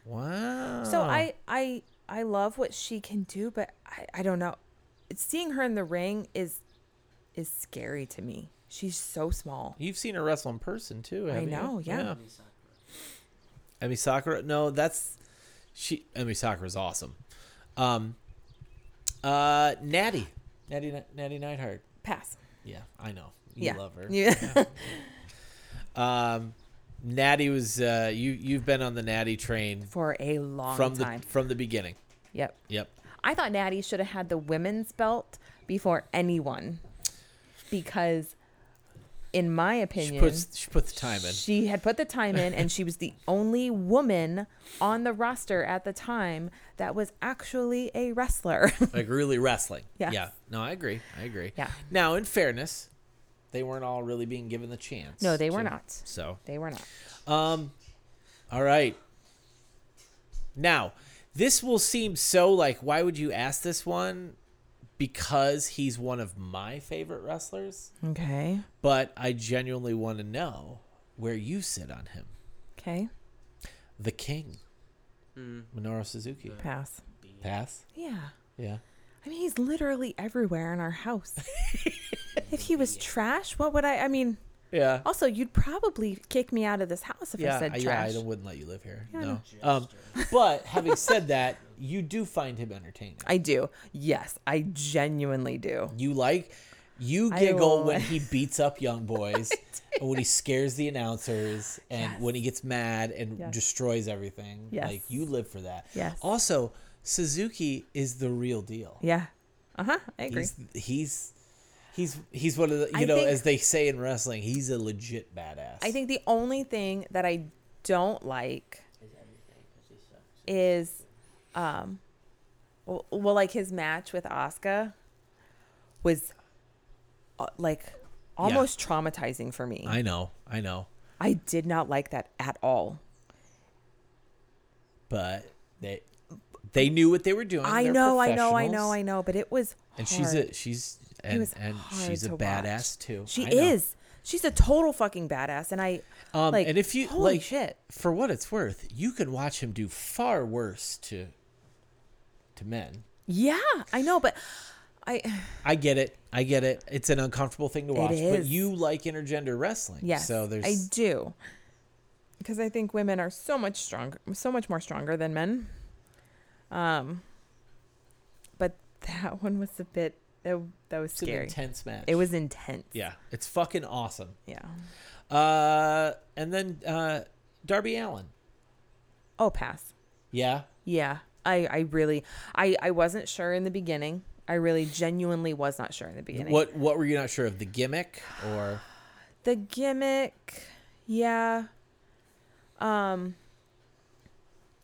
Speaker 2: Wow.
Speaker 3: So I, I, I love what she can do, but I, I don't know. Seeing her in the ring is, is scary to me. She's so small.
Speaker 2: You've seen her wrestle in person too. haven't you?
Speaker 3: know, yeah.
Speaker 2: Emi Sakura. No, that's she. Emi Sakura's awesome. Um. Uh, Natty. Natty. Natty Neidhart.
Speaker 3: Pass.
Speaker 2: Yeah, I know. You
Speaker 3: yeah.
Speaker 2: love her.
Speaker 3: Yeah.
Speaker 2: Um, Natty was uh, you. You've been on the Natty train
Speaker 3: *laughs* For a long
Speaker 2: from the
Speaker 3: time.
Speaker 2: from the beginning.
Speaker 3: yep.
Speaker 2: Yep.
Speaker 3: I thought Natty should have had the women's belt before anyone, because, in my
Speaker 2: She
Speaker 3: opinion,
Speaker 2: puts she put the time in.
Speaker 3: She had put the time in, and she was the only woman on the roster at the time that was actually a wrestler. *laughs*
Speaker 2: Like really wrestling.
Speaker 3: Yes.
Speaker 2: Yeah. No, I agree. I agree.
Speaker 3: Yeah.
Speaker 2: Now, in fairness, they weren't all really being given the chance.
Speaker 3: No, they were
Speaker 2: to-
Speaker 3: not.
Speaker 2: So,
Speaker 3: They were not.
Speaker 2: all right. Now, this will seem so like why would you ask this one? Because he's one of my favorite wrestlers,
Speaker 3: Okay.
Speaker 2: but I genuinely want to know where you sit on him.
Speaker 3: Okay.
Speaker 2: The King. Minoru Suzuki.
Speaker 3: Pass.
Speaker 2: Pass.
Speaker 3: Mm. Oh, Yeah.
Speaker 2: Yeah.
Speaker 3: I mean, he's literally everywhere in our house. *laughs* if he was trash, what would I? I mean,
Speaker 2: Yeah.
Speaker 3: also, you'd probably kick me out of this house if I
Speaker 2: Yeah,
Speaker 3: said
Speaker 2: I, yeah,
Speaker 3: trash.
Speaker 2: I wouldn't let you live here. no. Um, but
Speaker 3: *laughs*
Speaker 2: having said that, you do find him entertaining.
Speaker 3: I do. Yes, I genuinely do.
Speaker 2: You like, you
Speaker 3: I
Speaker 2: giggle
Speaker 3: will.
Speaker 2: when
Speaker 3: *laughs*
Speaker 2: he beats up young boys, and when he scares the announcers, and when he gets mad and
Speaker 3: Yes.
Speaker 2: destroys everything.
Speaker 3: Yes.
Speaker 2: Like you live for that.
Speaker 3: Yes.
Speaker 2: Also, Suzuki is the real deal.
Speaker 3: Yeah. Uh huh. I agree.
Speaker 2: He's he's he's he's one of the you
Speaker 3: I
Speaker 2: know
Speaker 3: think-
Speaker 2: as they say in wrestling, he's a legit badass.
Speaker 3: I think the only thing that I don't like is, um, w- well, like his match with Asuka was uh, like almost traumatizing for me.
Speaker 2: I know, I know,
Speaker 3: I did not like that at all.
Speaker 2: but they they knew what they were doing.
Speaker 3: I
Speaker 2: They're
Speaker 3: know, I know, I know,
Speaker 2: professionals.
Speaker 3: I know, but it was
Speaker 2: And she's
Speaker 3: hard.
Speaker 2: a she's
Speaker 3: It
Speaker 2: and
Speaker 3: was
Speaker 2: and
Speaker 3: hard
Speaker 2: she's a
Speaker 3: to watch.
Speaker 2: badass too.
Speaker 3: She
Speaker 2: I know.
Speaker 3: is. She's a total fucking badass, and I
Speaker 2: Um,
Speaker 3: like.
Speaker 2: and if you
Speaker 3: holy
Speaker 2: like,
Speaker 3: shit,
Speaker 2: for what it's worth, you could watch him do far worse to to men.
Speaker 3: yeah, I know, but I
Speaker 2: I get it. I get it. It's an uncomfortable thing to watch, but
Speaker 3: is.
Speaker 2: you like intergender wrestling,
Speaker 3: yes,
Speaker 2: So there's
Speaker 3: I do because I think women are so much stronger, so much more stronger than men. Um, but that *laughs* one was a bit that, that was
Speaker 2: it's an
Speaker 3: scary.
Speaker 2: intense match.
Speaker 3: It was intense.
Speaker 2: yeah, it's fucking awesome.
Speaker 3: Yeah.
Speaker 2: Uh, and then uh, Darby Allen.
Speaker 3: Oh, pass.
Speaker 2: Yeah,
Speaker 3: Yeah. I I really I I wasn't sure in the beginning. I really genuinely was not sure in the beginning.
Speaker 2: What what were you not sure of? The gimmick or
Speaker 3: the gimmick yeah um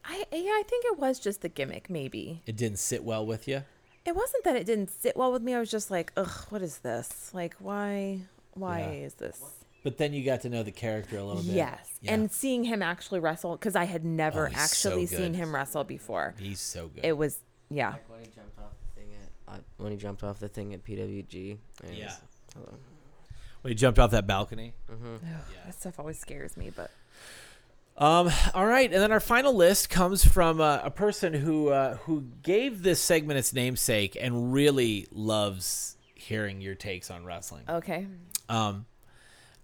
Speaker 3: i yeah i think it was just the gimmick maybe
Speaker 2: it didn't sit well with you?
Speaker 3: it wasn't that it didn't sit well with me i was just like ugh what is this like why why
Speaker 2: Yeah.
Speaker 3: is this
Speaker 2: But then you got to know the character a little bit.
Speaker 3: yes
Speaker 2: Yeah.
Speaker 3: and seeing him actually wrestle because i had never
Speaker 2: Oh, he's so
Speaker 3: actually
Speaker 2: good.
Speaker 3: seen him wrestle before
Speaker 2: he's so good.
Speaker 3: it was yeah
Speaker 4: Like when he jumped off the thing at uh, when he jumped off the thing at PWG. and it
Speaker 2: Yeah.
Speaker 4: was- hello.
Speaker 2: when he jumped off that balcony.
Speaker 3: Ugh, that stuff always scares me but
Speaker 2: Um, *sighs* all right, and then our final list comes from uh, a person who uh, who gave this segment its namesake and really loves hearing your takes on wrestling.
Speaker 3: okay
Speaker 2: Um,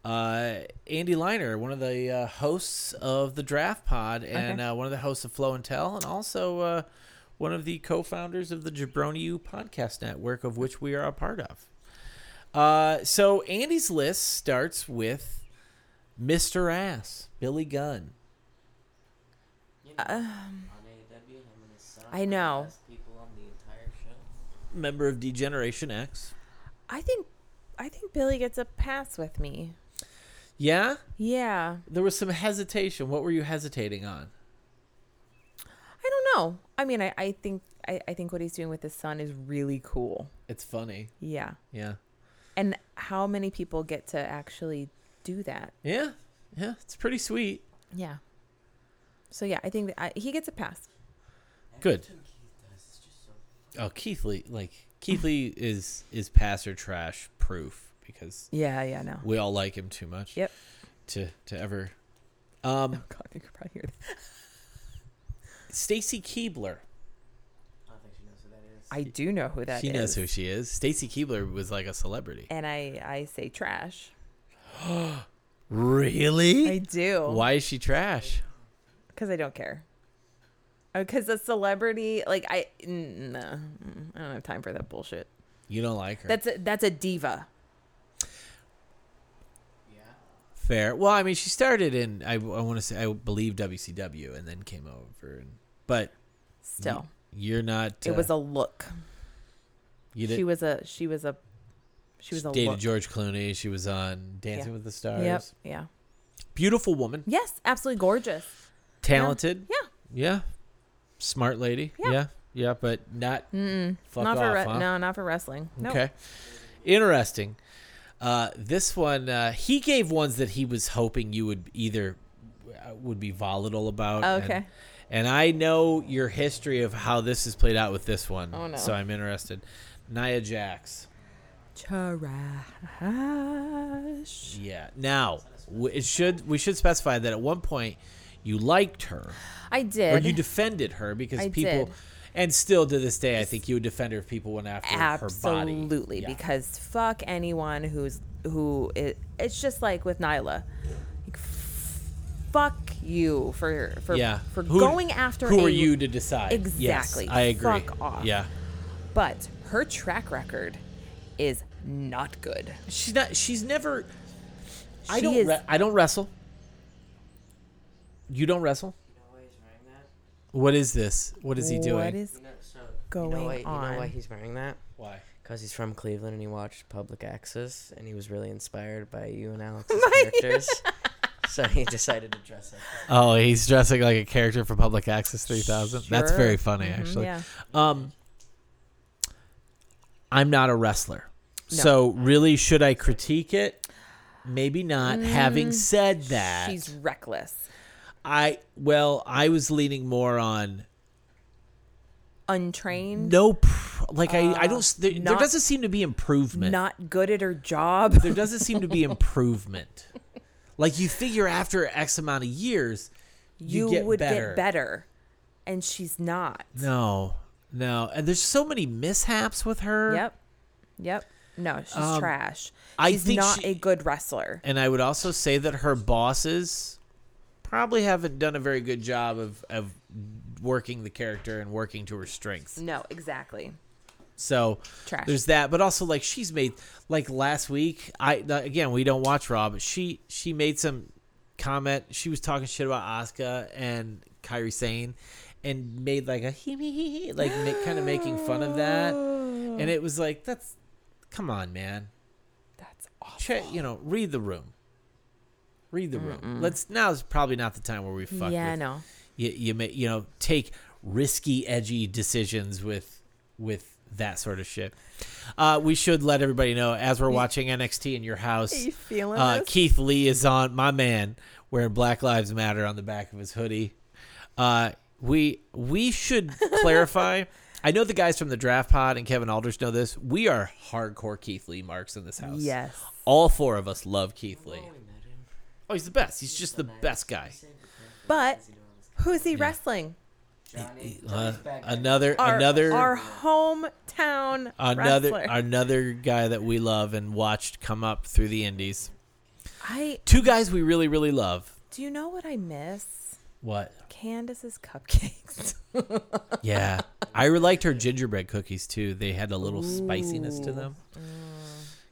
Speaker 2: uh, Andy Liner, one of the uh, hosts of the Draft Pod, and uh, one of the hosts of Flow and Tell, and also uh, one of the co-founders of the Jabroni U podcast network, of which we are a part of. Uh, so Andy's list starts with Mr. Ass, Billy Gunn.
Speaker 4: On AEW, him and his son
Speaker 3: I
Speaker 4: were the
Speaker 3: know.
Speaker 4: best people on the entire show.
Speaker 2: member of Degeneration X.
Speaker 3: i think i think billy gets a pass with me
Speaker 2: Yeah,
Speaker 3: yeah
Speaker 2: there was some hesitation. What were you hesitating on?
Speaker 3: I don't know. I mean, I, I think I, I think what he's doing with his son is really cool.
Speaker 2: It's funny.
Speaker 3: Yeah.
Speaker 2: Yeah.
Speaker 3: And how many people get to actually do that?
Speaker 2: Yeah. Yeah. It's pretty sweet.
Speaker 3: Yeah. So yeah, I think that I, he gets a pass.
Speaker 2: Good. Oh, Keith Lee. Like Keith
Speaker 3: *laughs*
Speaker 2: Lee is is pass or trash proof because
Speaker 3: Yeah, yeah, no.
Speaker 2: we all like him too much.
Speaker 3: Yep.
Speaker 2: To to ever. Um,
Speaker 3: God, you could probably hear that.
Speaker 2: Stacy Keebler.
Speaker 4: I don't think she knows who that is.
Speaker 3: I do know who that is.
Speaker 2: she knows who she is. Stacy Keebler was like a celebrity.
Speaker 3: And I, I say trash.
Speaker 2: Really?
Speaker 3: I do.
Speaker 2: Why is she trash?
Speaker 3: Because I don't care. Because a celebrity, like I, n- no, mm, I don't have time for that bullshit.
Speaker 2: You don't like her.
Speaker 3: That's a, that's a diva.
Speaker 2: Fair. Well, I mean, she started in I, want to say I believe WCW and then came over, and, but
Speaker 3: Still,
Speaker 2: you're not. uh,
Speaker 3: it was a look.
Speaker 2: you
Speaker 3: she was a she was a she was a
Speaker 2: dated
Speaker 3: look.
Speaker 2: George Clooney. She was on Dancing
Speaker 3: Yeah.
Speaker 2: with the Stars.
Speaker 3: Yep. Yeah.
Speaker 2: Beautiful woman,
Speaker 3: Yes, absolutely gorgeous.
Speaker 2: talented.
Speaker 3: Yeah.
Speaker 2: Yeah. Smart lady. Yeah.
Speaker 3: Yeah.
Speaker 2: Yeah, but not fuck
Speaker 3: not
Speaker 2: off.
Speaker 3: for re-
Speaker 2: huh?
Speaker 3: no, not for wrestling. No.
Speaker 2: Okay. Interesting. Uh, this one, uh, he gave ones that he was hoping you would either uh, would be volatile about. and-
Speaker 3: Oh, Okay.
Speaker 2: And, I know your history of how this has played out with this one.
Speaker 3: Oh, no.
Speaker 2: So I'm interested. Nia Jax.
Speaker 3: Trash.
Speaker 2: Yeah. Now, w- it should we should specify that at one point you liked her
Speaker 3: I
Speaker 2: or
Speaker 3: did.
Speaker 2: you defended her because
Speaker 3: I
Speaker 2: people
Speaker 3: did.
Speaker 2: and still to this day I think you would defend her if people went after her body.
Speaker 3: absolutely
Speaker 2: Yeah.
Speaker 3: because fuck anyone who's who it, it's just like with Nyla. Like, f- fuck you for for
Speaker 2: yeah.
Speaker 3: for
Speaker 2: Who-
Speaker 3: going after
Speaker 2: Who
Speaker 3: a-
Speaker 2: are you to decide? Yes,
Speaker 3: Exactly.
Speaker 2: I agree.
Speaker 3: Fuck off.
Speaker 2: Yeah.
Speaker 3: But her track record is not good.
Speaker 2: She's not. She's never. I
Speaker 3: She
Speaker 2: don't.
Speaker 3: is-
Speaker 2: Re- I don't wrestle. You don't wrestle.
Speaker 4: You know why he's wearing that?
Speaker 2: What is this? What is he doing?
Speaker 3: What is
Speaker 4: You know, so, you
Speaker 3: Going
Speaker 4: know why, You know why
Speaker 3: on.
Speaker 4: he's wearing that?
Speaker 2: Why?
Speaker 4: Because he's from Cleveland and he watched Public Access and he was really inspired by you and
Speaker 3: *laughs*
Speaker 4: Alex's characters. so he decided to dress up.
Speaker 2: Oh, he's dressing like a character for Public Access 3000. That's
Speaker 3: Sure. Mm-hmm.
Speaker 2: very funny, actually.
Speaker 3: yeah.
Speaker 2: Um, I'm not a wrestler, so really, should I critique it? maybe not. Having said that,
Speaker 3: Mm. She's reckless,
Speaker 2: I well, I was leaning more on
Speaker 3: untrained,
Speaker 2: no, pr- like I, I don't. s- There, there
Speaker 3: Uh, not-
Speaker 2: doesn't seem to be improvement.
Speaker 3: not good at her
Speaker 2: *laughs*
Speaker 3: job.
Speaker 2: there doesn't seem to be improvement. like you figure after X amount of years, you,
Speaker 3: You
Speaker 2: get
Speaker 3: would
Speaker 2: better.
Speaker 3: get better, and she's not.
Speaker 2: No, no, and there's so many mishaps with her. Um,
Speaker 3: Yep, yep. No, she's trash. She's
Speaker 2: I think
Speaker 3: not
Speaker 2: she-
Speaker 3: a good wrestler.
Speaker 2: And I would also say that her bosses probably haven't done a very good job of of working the character and working to her strengths.
Speaker 3: No, exactly.
Speaker 2: So
Speaker 3: Trash.
Speaker 2: there's that, but also like she's made like last week. I again we don't watch Raw, but she she made some comment. She was talking shit about Asuka and Kyrie Sane, and made like a hee hee hee hee, like ma- kind of making fun of that. And it was like that's come on, man.
Speaker 3: That's awful.
Speaker 2: Che- you know, read the room. Read the room. Let's now is probably not the time where we fuck.
Speaker 3: yeah,
Speaker 2: with,
Speaker 3: no.
Speaker 2: You you, may, you know take risky, edgy decisions with with that sort of shit. Uh, we should let everybody know as we're watching NXT in your house.
Speaker 3: you feeling
Speaker 2: uh,
Speaker 3: this?
Speaker 2: Keith Lee is on my man wearing Black Lives Matter on the back of his hoodie. Uh, we we
Speaker 3: *laughs*
Speaker 2: should clarify. I know the guys from the draft pod and Kevin Alders know this. We are hardcore Keith Lee marks in this house.
Speaker 3: Yes.
Speaker 2: All four of us love Keith Lee. Oh, he's the best. He's just the best guy.
Speaker 3: But who's he wrestling?
Speaker 2: Uh, another
Speaker 3: Our,
Speaker 2: another
Speaker 3: our hometown
Speaker 2: another
Speaker 3: wrestler. *laughs*
Speaker 2: another guy that we love and watched come up through the indies.
Speaker 3: I
Speaker 2: Two guys we really really love.
Speaker 3: do you know what I miss?
Speaker 2: What?
Speaker 3: Candace's *laughs* cupcakes.
Speaker 2: Yeah. I really liked her gingerbread cookies too. They had a little spiciness to them.
Speaker 3: Mm.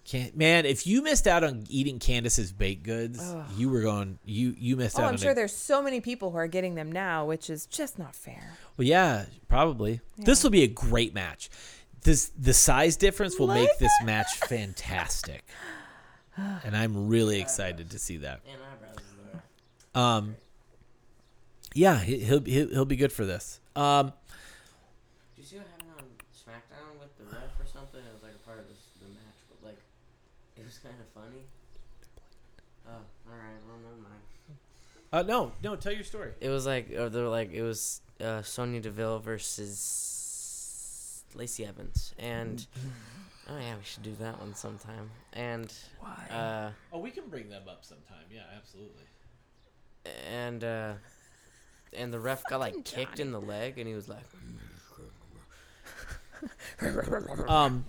Speaker 2: Can't, man, if you missed out on eating Candace's baked goods, you were going you you missed
Speaker 3: oh,
Speaker 2: out
Speaker 3: I'm
Speaker 2: on
Speaker 3: sure
Speaker 2: a-
Speaker 3: there's so many people who are getting them now, which is just not fair.
Speaker 2: Well, yeah, probably. This will be a great match. This the size difference will make this match
Speaker 3: *sighs*
Speaker 2: fantastic, and I'm really excited to see that. Um, yeah, he- he'll he'll, he'll be good for this. Um,
Speaker 4: Did you see what happened on SmackDown with the ref or something? It was like a part of this, the match, but like, it was kind of funny. Oh, alright, well, never mind.
Speaker 2: uh, no, no, tell your story.
Speaker 4: It was like, or they're like, it was uh, Sonya Deville versus Lacey Evans. *laughs* And, oh yeah, we should do that one sometime. And, uh,
Speaker 2: Oh, we can bring them up sometime. Yeah, absolutely.
Speaker 4: and, uh, and the ref got like kicked in the leg, and he was like,
Speaker 2: Um,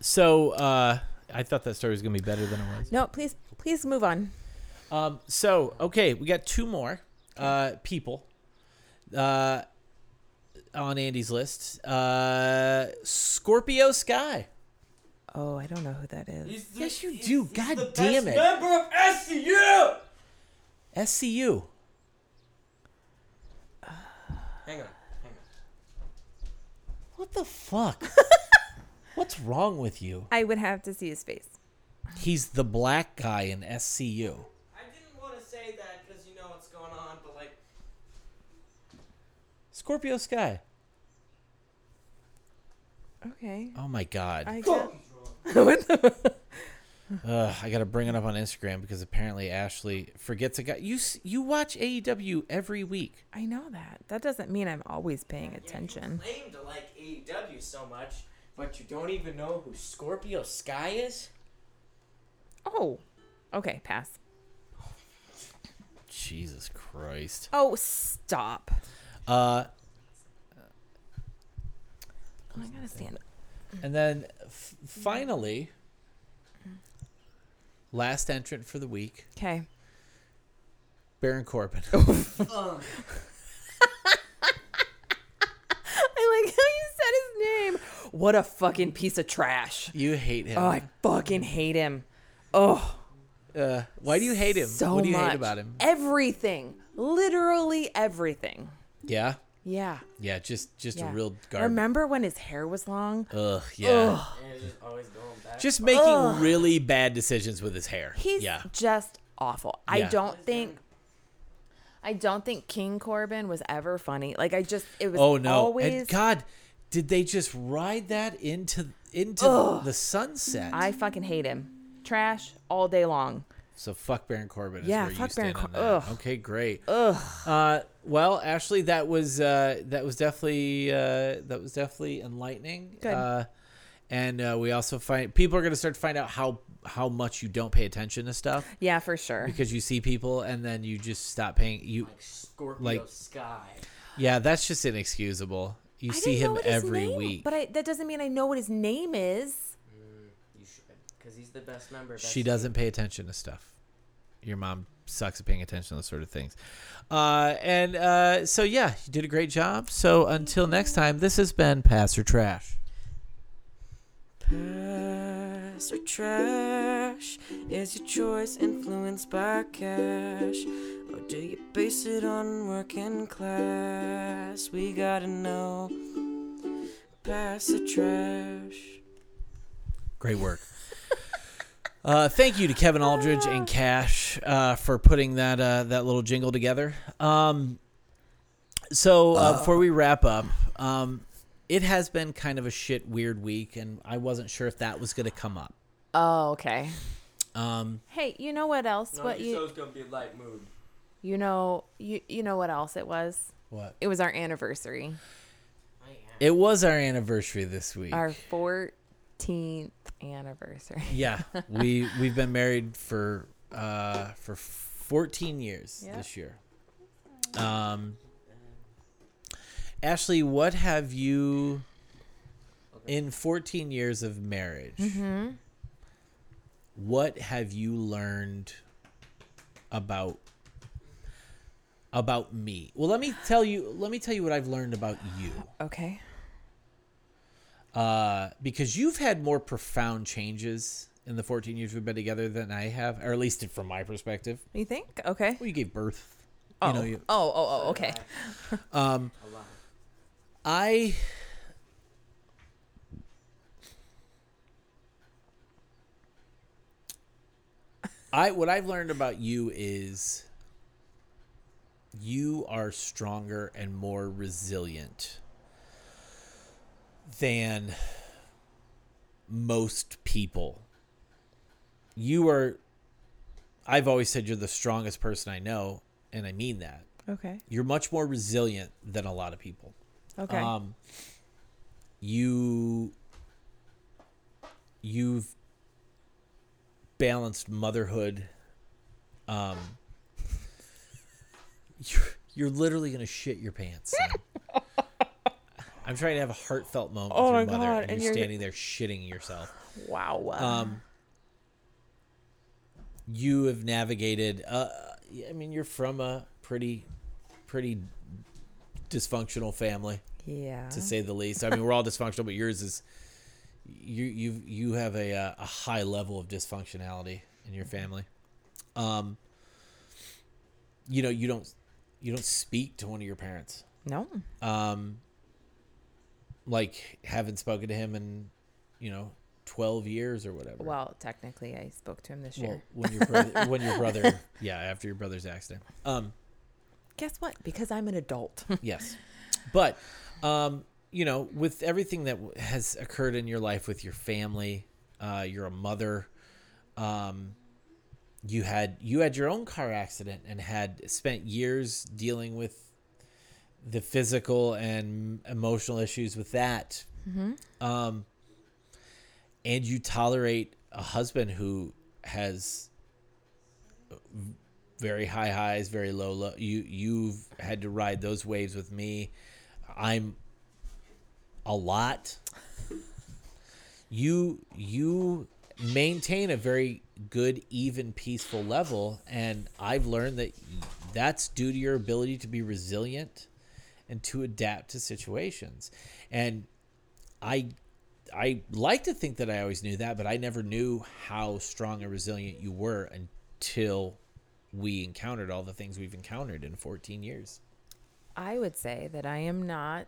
Speaker 2: so uh, I thought that story was gonna be better than it was.
Speaker 3: No, please, please move on.
Speaker 2: Um, so okay, we got two more uh, people uh, on Andy's list. Uh, Scorpio Sky.
Speaker 3: Oh, I don't know who that is.
Speaker 2: Yes, you do. God damn it,
Speaker 4: Member of SCU!
Speaker 2: SCU.
Speaker 4: Hang on.
Speaker 2: What the fuck? What's wrong with you?
Speaker 3: I would have to see his face.
Speaker 2: He's the black guy in SCU.
Speaker 4: I didn't want to say that because you know what's going on, but like,
Speaker 2: Scorpio Sky.
Speaker 3: Okay.
Speaker 2: Oh my god.
Speaker 3: I
Speaker 2: I,
Speaker 3: guess.
Speaker 2: Ugh, I gotta bring it up on Instagram because apparently Ashley forgets a guy. You s- you watch AEW every week.
Speaker 3: I know that. That doesn't mean I'm always paying attention.
Speaker 4: You claim to like AEW so much, but you don't even know who Scorpio Sky is.
Speaker 3: Oh, okay, pass.
Speaker 2: Jesus Christ.
Speaker 3: Oh, stop.
Speaker 2: Uh,
Speaker 3: Oh, I gotta stand up.
Speaker 2: And then f- finally, last entrant for the week,
Speaker 3: Okay.
Speaker 2: Baron
Speaker 3: *laughs*
Speaker 2: Corbin.
Speaker 3: Oh. I like how you said his name. What a fucking piece of trash.
Speaker 2: you hate him.
Speaker 3: Oh, I fucking hate him. Oh,
Speaker 2: uh, why do you hate him?
Speaker 3: so
Speaker 2: what do you
Speaker 3: much.
Speaker 2: hate about him?
Speaker 3: Everything. Literally everything.
Speaker 2: Yeah,
Speaker 3: Yeah.
Speaker 2: yeah, just just
Speaker 3: yeah.
Speaker 2: a real Uh, garbage.
Speaker 3: Remember when his hair was long?
Speaker 2: Ugh, yeah.
Speaker 4: And it's just always going back.
Speaker 2: Just making really bad decisions with his hair.
Speaker 3: He's
Speaker 2: yeah.
Speaker 3: just awful. I
Speaker 2: Yeah.
Speaker 3: don't think I don't think King Corbin was ever funny. Like I just it was
Speaker 2: Oh no!
Speaker 3: always
Speaker 2: And God, did they just ride that into into the sunset?
Speaker 3: I fucking hate him. trash all day long.
Speaker 2: So fuck Baron Corbin. Is
Speaker 3: Yeah,
Speaker 2: where you
Speaker 3: fuck
Speaker 2: stand
Speaker 3: Baron
Speaker 2: on
Speaker 3: Cor-
Speaker 2: that.
Speaker 3: ugh.
Speaker 2: Okay, great. Ugh. Uh, well, Ashley, that was uh, that was definitely uh, that was definitely enlightening.
Speaker 3: Good.
Speaker 2: Uh, and uh, we also find people are going to start to find out how how much you don't pay attention to
Speaker 3: *laughs*
Speaker 2: stuff
Speaker 3: Yeah, for sure.
Speaker 2: because you see people and then you just stop paying.
Speaker 3: Oh
Speaker 2: You
Speaker 4: Scorpio
Speaker 2: Like-
Speaker 4: Sky.
Speaker 2: yeah, that's just inexcusable. You
Speaker 3: I
Speaker 2: see
Speaker 3: didn't know
Speaker 2: him
Speaker 3: what his
Speaker 2: every
Speaker 3: name-
Speaker 2: week.
Speaker 3: But I, that doesn't mean I know what his name is.
Speaker 4: Because he's the best member.
Speaker 2: she doesn't pay attention to stuff. Your mom sucks at paying attention to those sort of things. Uh, and uh, so, yeah, you did a great job. So, until next time, this has been Pass or Trash.
Speaker 5: Pass or trash? Is your choice influenced by cash? Or do you base it on working class? We gotta know. Pass the trash.
Speaker 2: Great *laughs* work. Uh, thank you to Kevin Aldridge and Cash uh, for putting that uh, that little jingle together. Um, so uh, before we wrap up, um, it has been kind of a shit weird week, and I wasn't sure if that was going to come up.
Speaker 3: Oh, okay.
Speaker 2: Um,
Speaker 3: Hey, you know what else? what you
Speaker 4: gonna be a light mood.
Speaker 3: you know you you know what else it was?
Speaker 2: what?
Speaker 3: It was our anniversary,
Speaker 2: It was our anniversary this week.
Speaker 3: our 14th anniversary.
Speaker 2: Yeah, we we've been married for uh for 14 years
Speaker 3: Yeah.
Speaker 2: this year. Um Ashley, what have you in 14 years of marriage? What have you learned about about me? Well, let me tell you let me tell you what I've learned about you
Speaker 3: *laughs* Okay.
Speaker 2: uh, because you've had more profound changes in the 14 years we've been together than I have, or at least from my perspective.
Speaker 3: You think? Okay.
Speaker 2: Well, you gave birth.
Speaker 3: Oh.
Speaker 2: You know, you,
Speaker 3: oh, oh, oh, okay.
Speaker 2: I. I what I've learned about you is you are stronger and more resilient than most people. You are I've always said you're the strongest person I know, and I mean that.
Speaker 3: Okay.
Speaker 2: You're much more resilient than a lot of people
Speaker 3: Okay.
Speaker 2: um you you've balanced motherhood um *laughs* you're, you're literally gonna shit your
Speaker 3: *laughs*
Speaker 2: pants son. i'm trying to have a heartfelt moment
Speaker 3: Oh
Speaker 2: with your
Speaker 3: my
Speaker 2: mother
Speaker 3: God,
Speaker 2: and,
Speaker 3: and
Speaker 2: you're
Speaker 3: you're-
Speaker 2: standing there shitting yourself
Speaker 3: wow.
Speaker 2: um you have navigated uh i mean you're from a pretty pretty dysfunctional family
Speaker 3: yeah.
Speaker 2: to say the least. I mean, we're all dysfunctional, but yours is you you you have a uh, a high level of dysfunctionality in your family. Um, you know, you don't you don't speak to one of your parents.
Speaker 3: no.
Speaker 2: Um, like haven't spoken to him in you know twelve years or whatever.
Speaker 3: Well, technically, I spoke to him this year.
Speaker 2: Well, when your brother, when your brother, yeah, after your brother's accident. Um,
Speaker 3: Guess what? Because I'm an adult. *laughs*
Speaker 2: Yes. But, um, you know, with everything that w- has occurred in your life with your family, uh, you're a mother. Um, you had you had your own car accident and had spent years dealing with the physical and emotional issues with that. Um, and you tolerate a husband who has very high highs, very low low. You you've had to ride those waves with me. I'm a lot. You you maintain a very good, even, peaceful level, and I've learned that that's due to your ability to be resilient and to adapt to situations. And I I like to think that I always knew that, but I never knew how strong and resilient you were until we encountered all the things we've encountered in 14 years.
Speaker 3: I would say that I am not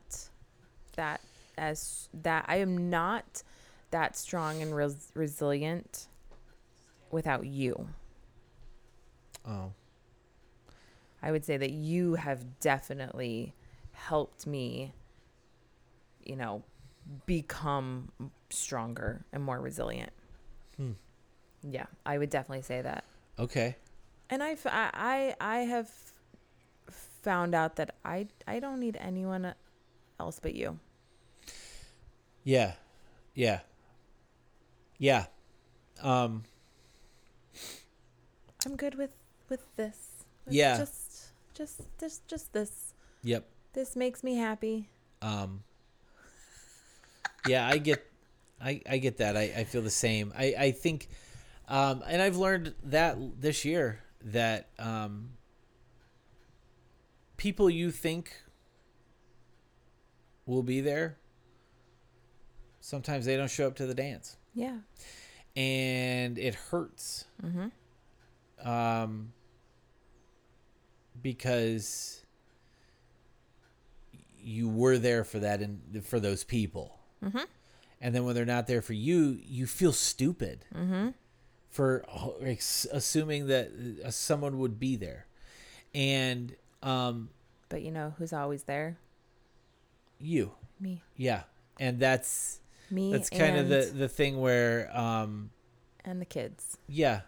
Speaker 3: that as that I am not that strong and res- resilient without you.
Speaker 2: Oh.
Speaker 3: I would say that you have definitely helped me, you know, become stronger and more resilient. Yeah, I would definitely say that.
Speaker 2: Okay.
Speaker 3: And I've, I, I, I have found out that I, I don't need anyone else but you.
Speaker 2: Yeah. Yeah. Yeah. Um
Speaker 3: I'm good with, with this. With
Speaker 2: Yeah.
Speaker 3: Just, just, just, just this.
Speaker 2: yep.
Speaker 3: This makes me happy.
Speaker 2: Um Yeah, I get I I get that. I I feel the same. I I think um and I've learned that this year that um people you think will be there sometimes they don't show up to the dance.
Speaker 3: Yeah.
Speaker 2: and it hurts. Um,
Speaker 3: Mm-hmm.
Speaker 2: because you were there for that and for those people, mm-hmm. and then when they're not there for you, you feel stupid
Speaker 3: Mm-hmm.
Speaker 2: for oh, like, s- assuming that uh, someone would be there, and um,
Speaker 3: But you know who's always there?
Speaker 2: you,
Speaker 3: Me.
Speaker 2: yeah, and that's
Speaker 3: Me
Speaker 2: that's
Speaker 3: and,
Speaker 2: kind of the the thing where um,
Speaker 3: and the kids.
Speaker 2: yeah,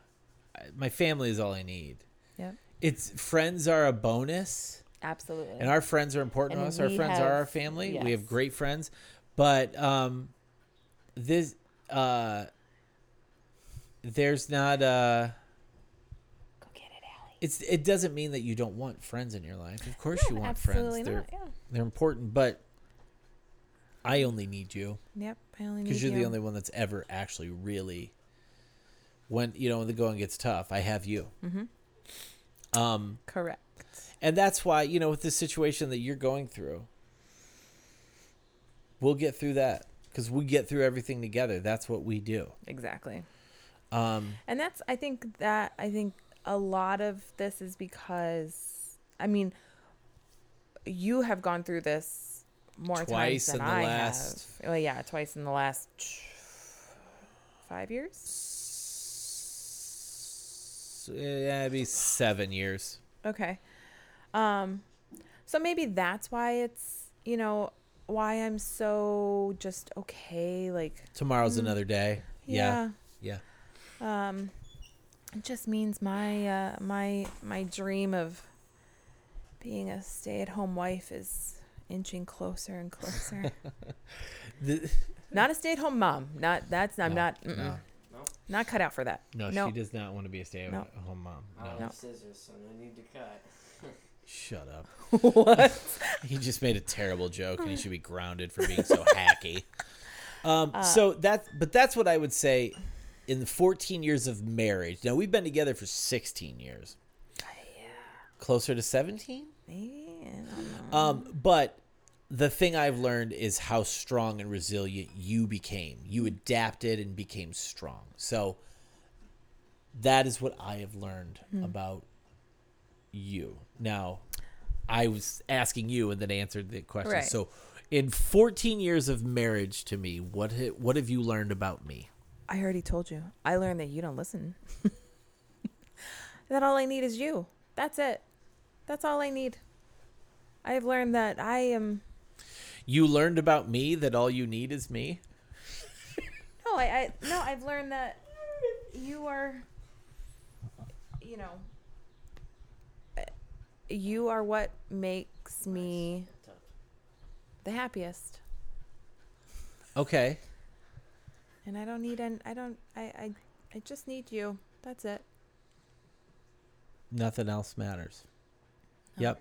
Speaker 2: I- my family is all I need.
Speaker 3: Yep.
Speaker 2: it's friends are a bonus
Speaker 3: Absolutely.
Speaker 2: and our friends are important to
Speaker 3: And
Speaker 2: us our
Speaker 3: we
Speaker 2: friends
Speaker 3: have-
Speaker 2: are our family we have
Speaker 3: yes.
Speaker 2: great friends but um this uh there's not uh
Speaker 3: Go get it, Allie.
Speaker 2: it's it doesn't mean that you don't want friends in your life of course you want friends
Speaker 3: absolutely
Speaker 2: they're
Speaker 3: not, yeah.
Speaker 2: they're important but i only need you
Speaker 3: Yep. I only need
Speaker 2: because you're
Speaker 3: you.
Speaker 2: the only one that's ever actually really when you know when the going gets tough i have you
Speaker 3: Correct.
Speaker 2: And that's why, you know, with this situation that you're going through, we'll get through that because we get through everything together. That's what we do.
Speaker 3: Exactly.
Speaker 2: Um,
Speaker 3: And that's I think that I think a lot of this is because I mean you have gone through this more
Speaker 2: Twice
Speaker 3: times than
Speaker 2: in the
Speaker 3: I
Speaker 2: last-
Speaker 3: have. Well, yeah, twice in the last five years.
Speaker 2: s- yeah, it'd be seven years.
Speaker 3: Okay. Um so maybe that's why it's, you know, why I'm so just okay like
Speaker 2: Tomorrow's another day. Yeah. Yeah.
Speaker 3: um it just means my uh my my dream of being a stay-at-home wife is inching closer and closer
Speaker 2: *laughs* The-
Speaker 3: not a stay-at-home mom not that's i'm
Speaker 2: No,
Speaker 3: not mm-mm.
Speaker 2: no,
Speaker 3: not cut out for that
Speaker 2: no,
Speaker 3: no
Speaker 2: she does not want to be a stay at home mom.
Speaker 4: I don't
Speaker 3: No.
Speaker 4: have scissors, so no need to cut.
Speaker 2: Oh, Shut up.
Speaker 3: what
Speaker 2: He just made a terrible joke, and he should be grounded for being so hacky. Um, so that, but that's what I would say. In the 14 years of marriage, now we've been together for 16 years, closer to 17. Um, but the thing I've learned is how strong and resilient you became. You adapted and became strong. So that is what I have learned about you. Now, I was asking you and then answered the question.
Speaker 3: Right.
Speaker 2: So, in 14 years of marriage to me, what ha- what have you learned about me?
Speaker 3: i already told you i learned that you don't listen *laughs* that all i need is you that's it that's all i need i've learned that i am
Speaker 2: You learned about me that all you need is me.
Speaker 3: No, I, I no, I've learned that you are, you know, you are what makes me the happiest,
Speaker 2: Okay.
Speaker 3: and I don't need an. I don't. I. I. I just need you. That's it.
Speaker 2: Nothing else matters. Yep.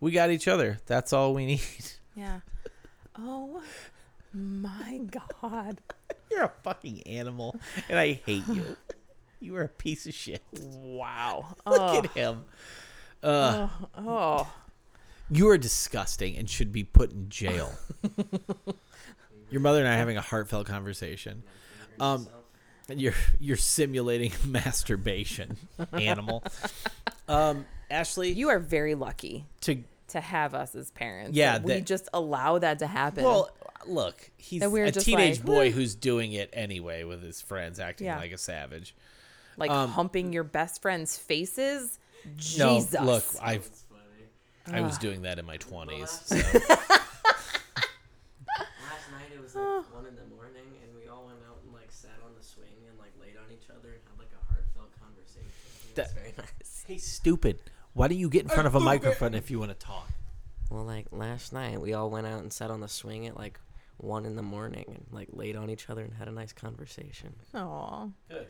Speaker 2: We got each other. That's all we need. *laughs*
Speaker 3: Yeah. Oh my God!
Speaker 2: You're a fucking animal, and I hate you. You are a piece of shit.
Speaker 3: Wow.
Speaker 2: Look at him.
Speaker 3: Oh,
Speaker 2: You are disgusting and should be put in jail. Your mother and I are having a heartfelt conversation. Um, and you're you're simulating *laughs* masturbation, *laughs* animal. Um, Ashley,
Speaker 3: you are very lucky
Speaker 2: to
Speaker 3: to have us as parents.
Speaker 2: Yeah,
Speaker 3: that we
Speaker 2: that-
Speaker 3: just allow that to happen.
Speaker 2: well, look, he's
Speaker 3: And we were
Speaker 2: a
Speaker 3: just
Speaker 2: teenage
Speaker 3: like,
Speaker 2: boy
Speaker 3: "Woo."
Speaker 2: who's doing it anyway with his friends, acting
Speaker 3: Yeah.
Speaker 2: like a savage.
Speaker 3: like humping your best friend's faces. Jesus.
Speaker 2: um, No, look, I've I was doing that in my twenties. So.
Speaker 5: Oh.
Speaker 4: Last night it was like one in the morning, and we all went out and like sat on the swing and like laid on each other and had like a heartfelt conversation. It
Speaker 2: That-
Speaker 4: was very nice.
Speaker 2: Hey, stupid. Why don't you get in front
Speaker 4: *laughs*
Speaker 2: of a microphone if you want to talk?
Speaker 4: Well, like last night, we all went out and sat on the swing at like one in the morning and like laid on each other and had a nice conversation.
Speaker 3: Aw.
Speaker 2: Good.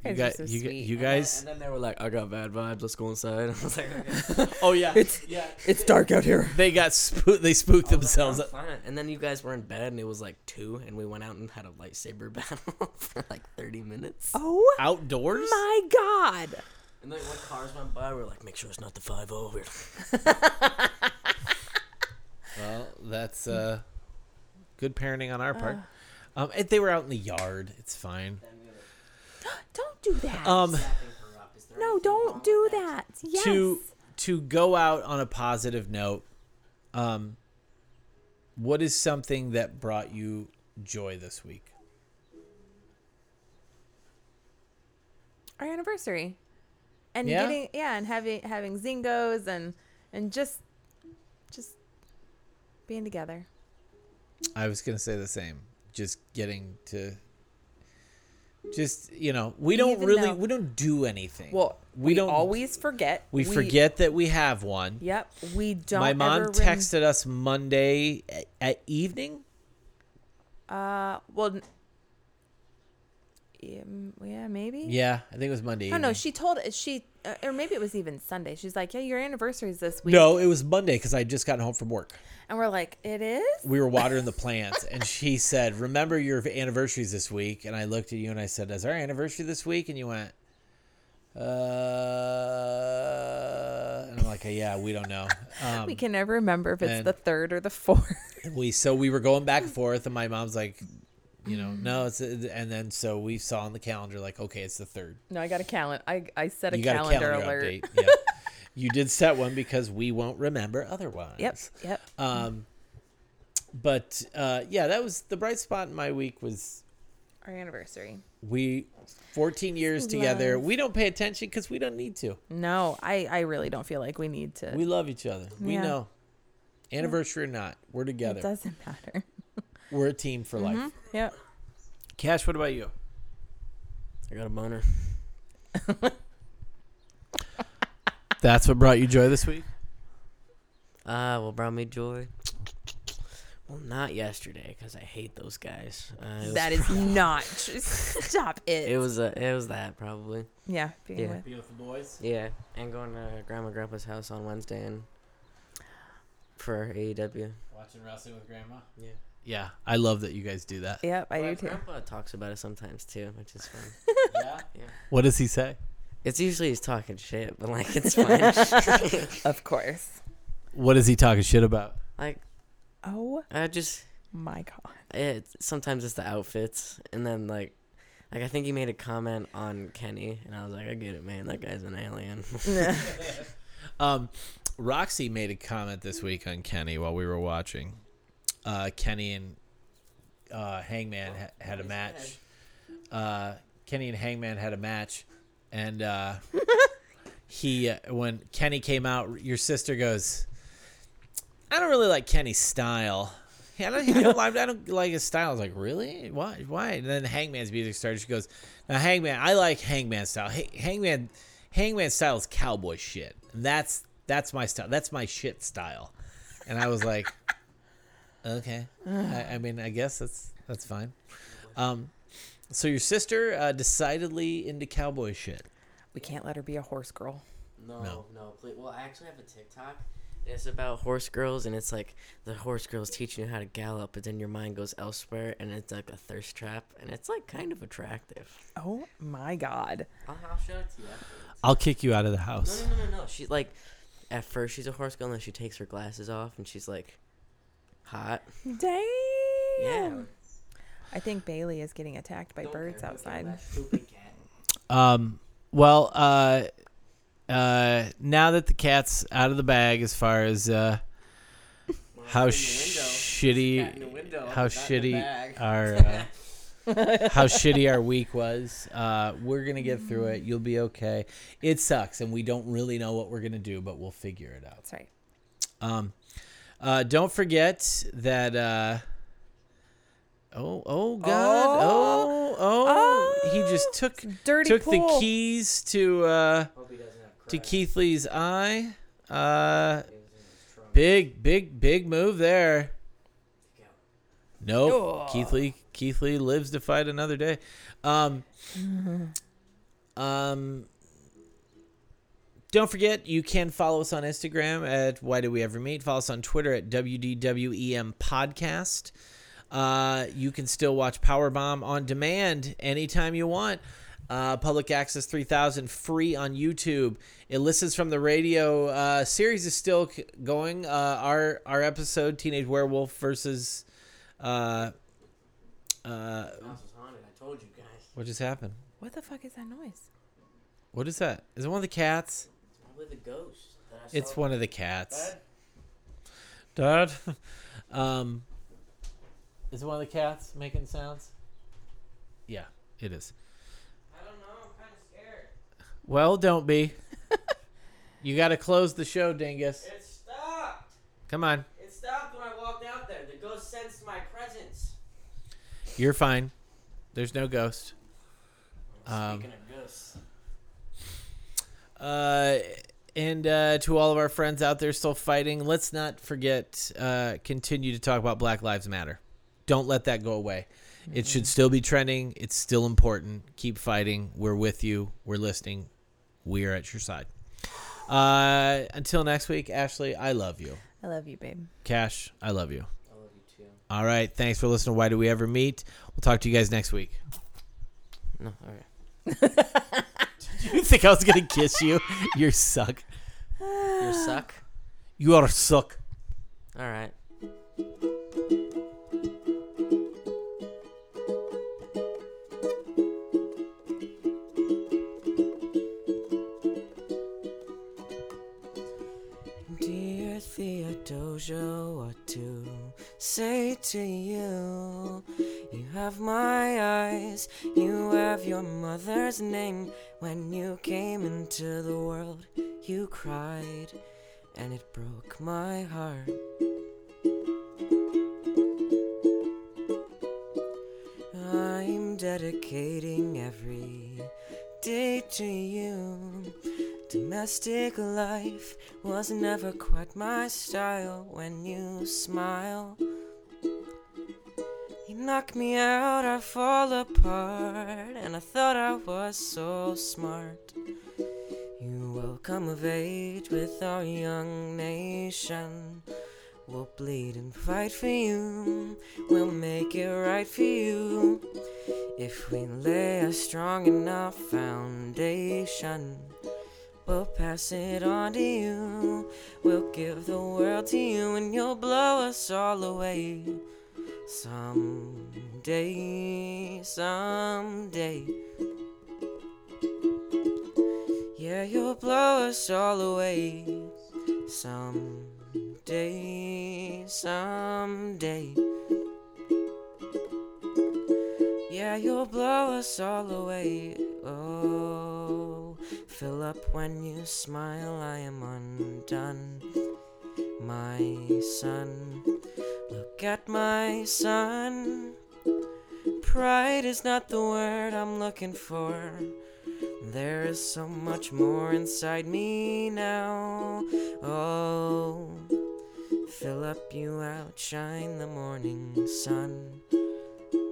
Speaker 2: You
Speaker 3: guys
Speaker 2: guys,
Speaker 3: are so
Speaker 2: you,
Speaker 3: sweet.
Speaker 2: g- you guys.
Speaker 4: And then they were like, "I got bad vibes. Let's go inside." *laughs* I was like, okay.
Speaker 2: Oh
Speaker 4: *laughs*
Speaker 2: yeah,
Speaker 4: It's-
Speaker 2: yeah.
Speaker 4: "It's dark out here."
Speaker 2: They got spooked. They
Speaker 4: Oh
Speaker 2: spooked themselves.
Speaker 4: Fine. And then you guys were in bed, and it was like two, and we went out and had a lightsaber *laughs* battle for like thirty minutes.
Speaker 3: oh
Speaker 2: Outdoors.
Speaker 3: my god.
Speaker 4: And like when cars went by, we were like, "Make sure it's not the five oh over." *laughs*
Speaker 2: Well, that's uh, good parenting on our part. Um, and they were out in the yard. It's fine.
Speaker 3: Don't do that.
Speaker 2: Um,
Speaker 3: no, don't do that. Yes.
Speaker 2: to to go out on a positive note, um, what is something that brought you joy this week?
Speaker 3: Our anniversary. And
Speaker 2: Yeah?
Speaker 3: getting yeah, and having having zingos and and just just being together.
Speaker 2: I was gonna say the same. Just getting to. Just you know, we don't
Speaker 3: Even
Speaker 2: really
Speaker 3: though-
Speaker 2: we don't do anything.
Speaker 3: Well,
Speaker 2: we, don't
Speaker 3: always forget.
Speaker 2: We, forget that we have one.
Speaker 3: Yep, we don't.
Speaker 2: My mom
Speaker 3: ever rem-
Speaker 2: texted us Monday at, at evening.
Speaker 3: Uh, well, n- yeah, m- yeah, maybe. Oh,
Speaker 2: Yeah, I think it was Monday.
Speaker 3: No, no,
Speaker 2: evening.
Speaker 3: she told she, uh, or maybe it was even Sunday. She's like, "Yeah, your anniversary is this week."
Speaker 2: No, it was Monday because I had just gotten home from work.
Speaker 3: and we're like, "It is."
Speaker 2: We were watering the plants, and she said, "Remember your anniversaries this week." And I looked at you and I said, "Is our anniversary this week?" And you went, "Uh," and I'm like, "Yeah, we don't know." Um,
Speaker 3: We can never remember if it's
Speaker 2: and-
Speaker 3: the third or the fourth.
Speaker 2: we so we were going back and forth, and my mom's like, "You know, no, it's," and then so we saw on the calendar like, "Okay, it's the third.
Speaker 3: *laughs* no, I got a calendar. I I set a
Speaker 2: you got
Speaker 3: calendar,
Speaker 2: a calendar
Speaker 3: alert.
Speaker 2: update."
Speaker 3: *laughs*
Speaker 2: Yeah, you did set one because we won't remember otherwise.
Speaker 3: Yep, yep.
Speaker 2: Um, but uh, yeah, that was the bright spot in my week was
Speaker 3: Our anniversary.
Speaker 2: we 14 years together. We don't pay attention because we don't need to.
Speaker 3: No, I I really don't feel like we need to.
Speaker 2: We love each other. We
Speaker 3: Mm. Yeah.
Speaker 2: know. Anniversary or not, we're
Speaker 3: it Mm-hmm.
Speaker 2: together.
Speaker 3: doesn't matter. *laughs*
Speaker 2: We're a team for life.
Speaker 3: yep.
Speaker 2: Cash, what about you?
Speaker 4: I got a boner.
Speaker 2: That's what brought you joy this week.
Speaker 4: Ah, what brought me joy? Well, not yesterday because I hate those guys. Uh, it was,
Speaker 3: That is
Speaker 2: *laughs*
Speaker 3: not. Stop it.
Speaker 4: It was uh, it was that probably.
Speaker 3: yeah. Being
Speaker 4: Yeah.
Speaker 3: with.
Speaker 2: Being with the boys.
Speaker 4: Yeah, and going to grandma and grandpa's house on Wednesday and for E AEW.
Speaker 2: Watching wrestling with grandma.
Speaker 4: Yeah.
Speaker 2: Yeah, I love that you guys do that.
Speaker 3: Yep, I do too.
Speaker 4: Grandpa talks about it sometimes too, which is fun. *laughs*
Speaker 3: *laughs*
Speaker 2: Yeah.
Speaker 4: Yeah.
Speaker 2: What does he say?
Speaker 4: It's usually he's talking shit, but like it's fun.
Speaker 3: Of course.
Speaker 2: What is he talking shit about?
Speaker 4: like
Speaker 3: Oh
Speaker 4: I just
Speaker 3: my god.
Speaker 4: it sometimes it's the outfits and then like like I think he made a comment on Kenny and I was like I get it man that guy's an alien. *laughs*
Speaker 2: Um, Roxy made a comment this week on Kenny while we were watching. Uh, Kenny and uh, Hangman ha- had a match. Uh, Kenny and Hangman had a match, and uh, he uh, when Kenny came out, your sister goes, "I don't really like Kenny's style." Yeah, I don't, I don't, like- I don't like his style. I was like, really? Why? Why? And then Hangman's music started. She goes, now Hangman, I like Hangman style. Ha- Hangman, Hangman style is cowboy shit. And that's that's my style. That's my shit style. And I was like, *laughs* okay. I, I mean, I guess that's that's fine. Um, so your sister uh, decidedly into cowboy shit.
Speaker 3: We can't let her be a horse girl.
Speaker 4: No, no, please. Well, I actually have a TikTok. and It's about horse girls, and it's like the horse girls teaching you how to gallop, but then your mind goes elsewhere, and it's like a thirst trap, and it's like kind of attractive.
Speaker 3: Oh my god.
Speaker 4: I'll, I'll show it to you.
Speaker 2: I'll kick you out of the house.
Speaker 4: After. No, no, no, no, no. She's like, at first she's a horse girl, and then she takes her glasses off, and she's like, hot.
Speaker 3: Damn.
Speaker 4: Yeah.
Speaker 3: I think Bailey is getting attacked by birds outside.
Speaker 2: Um, well, uh, uh, now that the cat's out of the bag, as far as uh, how shitty, how shitty our uh, how shitty our week was, uh, we're gonna get through it. You'll be okay. It sucks, and we don't really know what we're gonna do, but we'll figure it out.
Speaker 3: That's right.
Speaker 2: Uh, don't forget that. Uh, oh, oh God! Oh, oh, oh, he just took
Speaker 3: dirty
Speaker 2: took the
Speaker 3: pool.
Speaker 2: keys to uh, to Keith Lee's eye. Uh, big, big, big move there. Nope. Keith Lee. Keith Lee lives to fight another day. Um, um, don't forget, you can follow us on Instagram at Why Do We Ever Meet. Follow us on Twitter at WDWEM E Podcast. Uh, you can still watch Powerbomb on demand anytime you want. Uh, Public Access 3000 free on YouTube. Illicits from the Radio uh, series is still c- going. Uh, our our episode Teenage Werewolf versus uh,
Speaker 6: I told you guys.
Speaker 2: what just happened?
Speaker 3: What the fuck is that noise?
Speaker 2: What is that? Is it one of the cats?
Speaker 6: With a ghost. That I
Speaker 2: It's one of the cats. Dad. *laughs* um, is it one of the cats making sounds? Yeah, it is.
Speaker 6: I don't know. I'm kind of scared.
Speaker 2: Well, don't *laughs* be. you got to close the show, dingus.
Speaker 6: It stopped.
Speaker 2: Come on.
Speaker 6: It stopped when I walked out there. The ghost sensed my presence.
Speaker 2: You're fine. There's no ghost. Um,
Speaker 6: Speaking of ghosts.
Speaker 2: Uh, and uh, to all of our friends out there still fighting, let's not forget, uh, continue to talk about Black Lives Matter. Don't let that go away. It should still be trending. It's still important. Keep fighting. We're with you. We're listening. We are at your side. Uh, until next week, Ashley, I love you.
Speaker 3: I love you, babe.
Speaker 2: Cash, I love you.
Speaker 6: I love you too.
Speaker 2: All right. Thanks for listening. to Why do we ever meet? We'll talk to you guys next week. *laughs*
Speaker 6: No, alright.
Speaker 2: You think I was gonna kiss you? *laughs* You suck.
Speaker 6: You suck?
Speaker 2: You are suck.
Speaker 6: Alright.
Speaker 4: Dear Theodosia, what to say to you? You have my eyes, you have your mother's name. When you came into the world, you cried, and it broke my heart. I'm dedicating every day to you. Domestic life was never quite my style when you smile. You knock me out, I fall apart, and I thought I was so smart. You will come of age with our young nation. We'll bleed and fight for you, we'll make it right for you. If we lay a strong enough foundation, we'll pass it on to you. We'll give the world to you, and you'll blow us all away. Someday, someday. Yeah, you'll blow us all away. Someday, someday. Yeah, you'll blow us all away. Oh, fill up when you smile, I am undone. My son, look at my son. Pride is not the word I'm looking for. There is so much more inside me now. Oh, fill up, you outshine the morning sun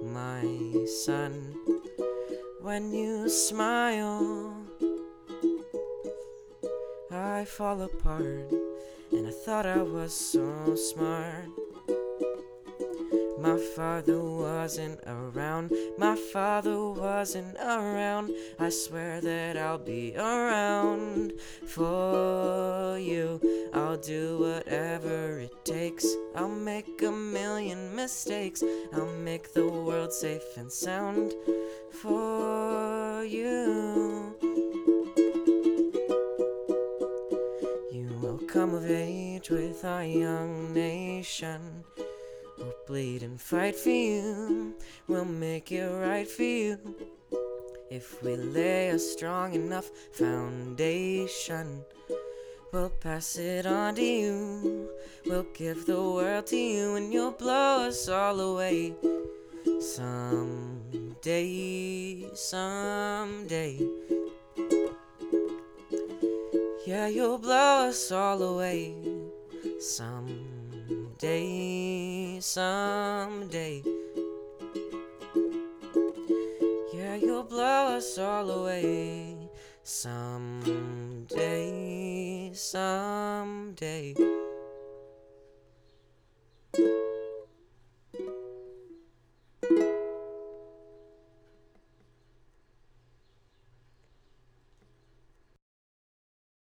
Speaker 4: my son, when you smile, I fall apart, and I thought I was so smart. My father wasn't around, my father wasn't around. I swear that I'll be around for you. I'll do whatever it takes. I'll make a million mistakes. I'll make the world safe and sound for you. You will come of age with our young nation. We'll bleed and fight for you. We'll make it right for you. If we lay a strong enough foundation, we'll pass it on to you. We'll give the world to you, and you'll blow us all away. Someday, someday, someday. Yeah, you'll blow us all away. Someday, someday. Yeah, you'll blow us all away. Someday, someday.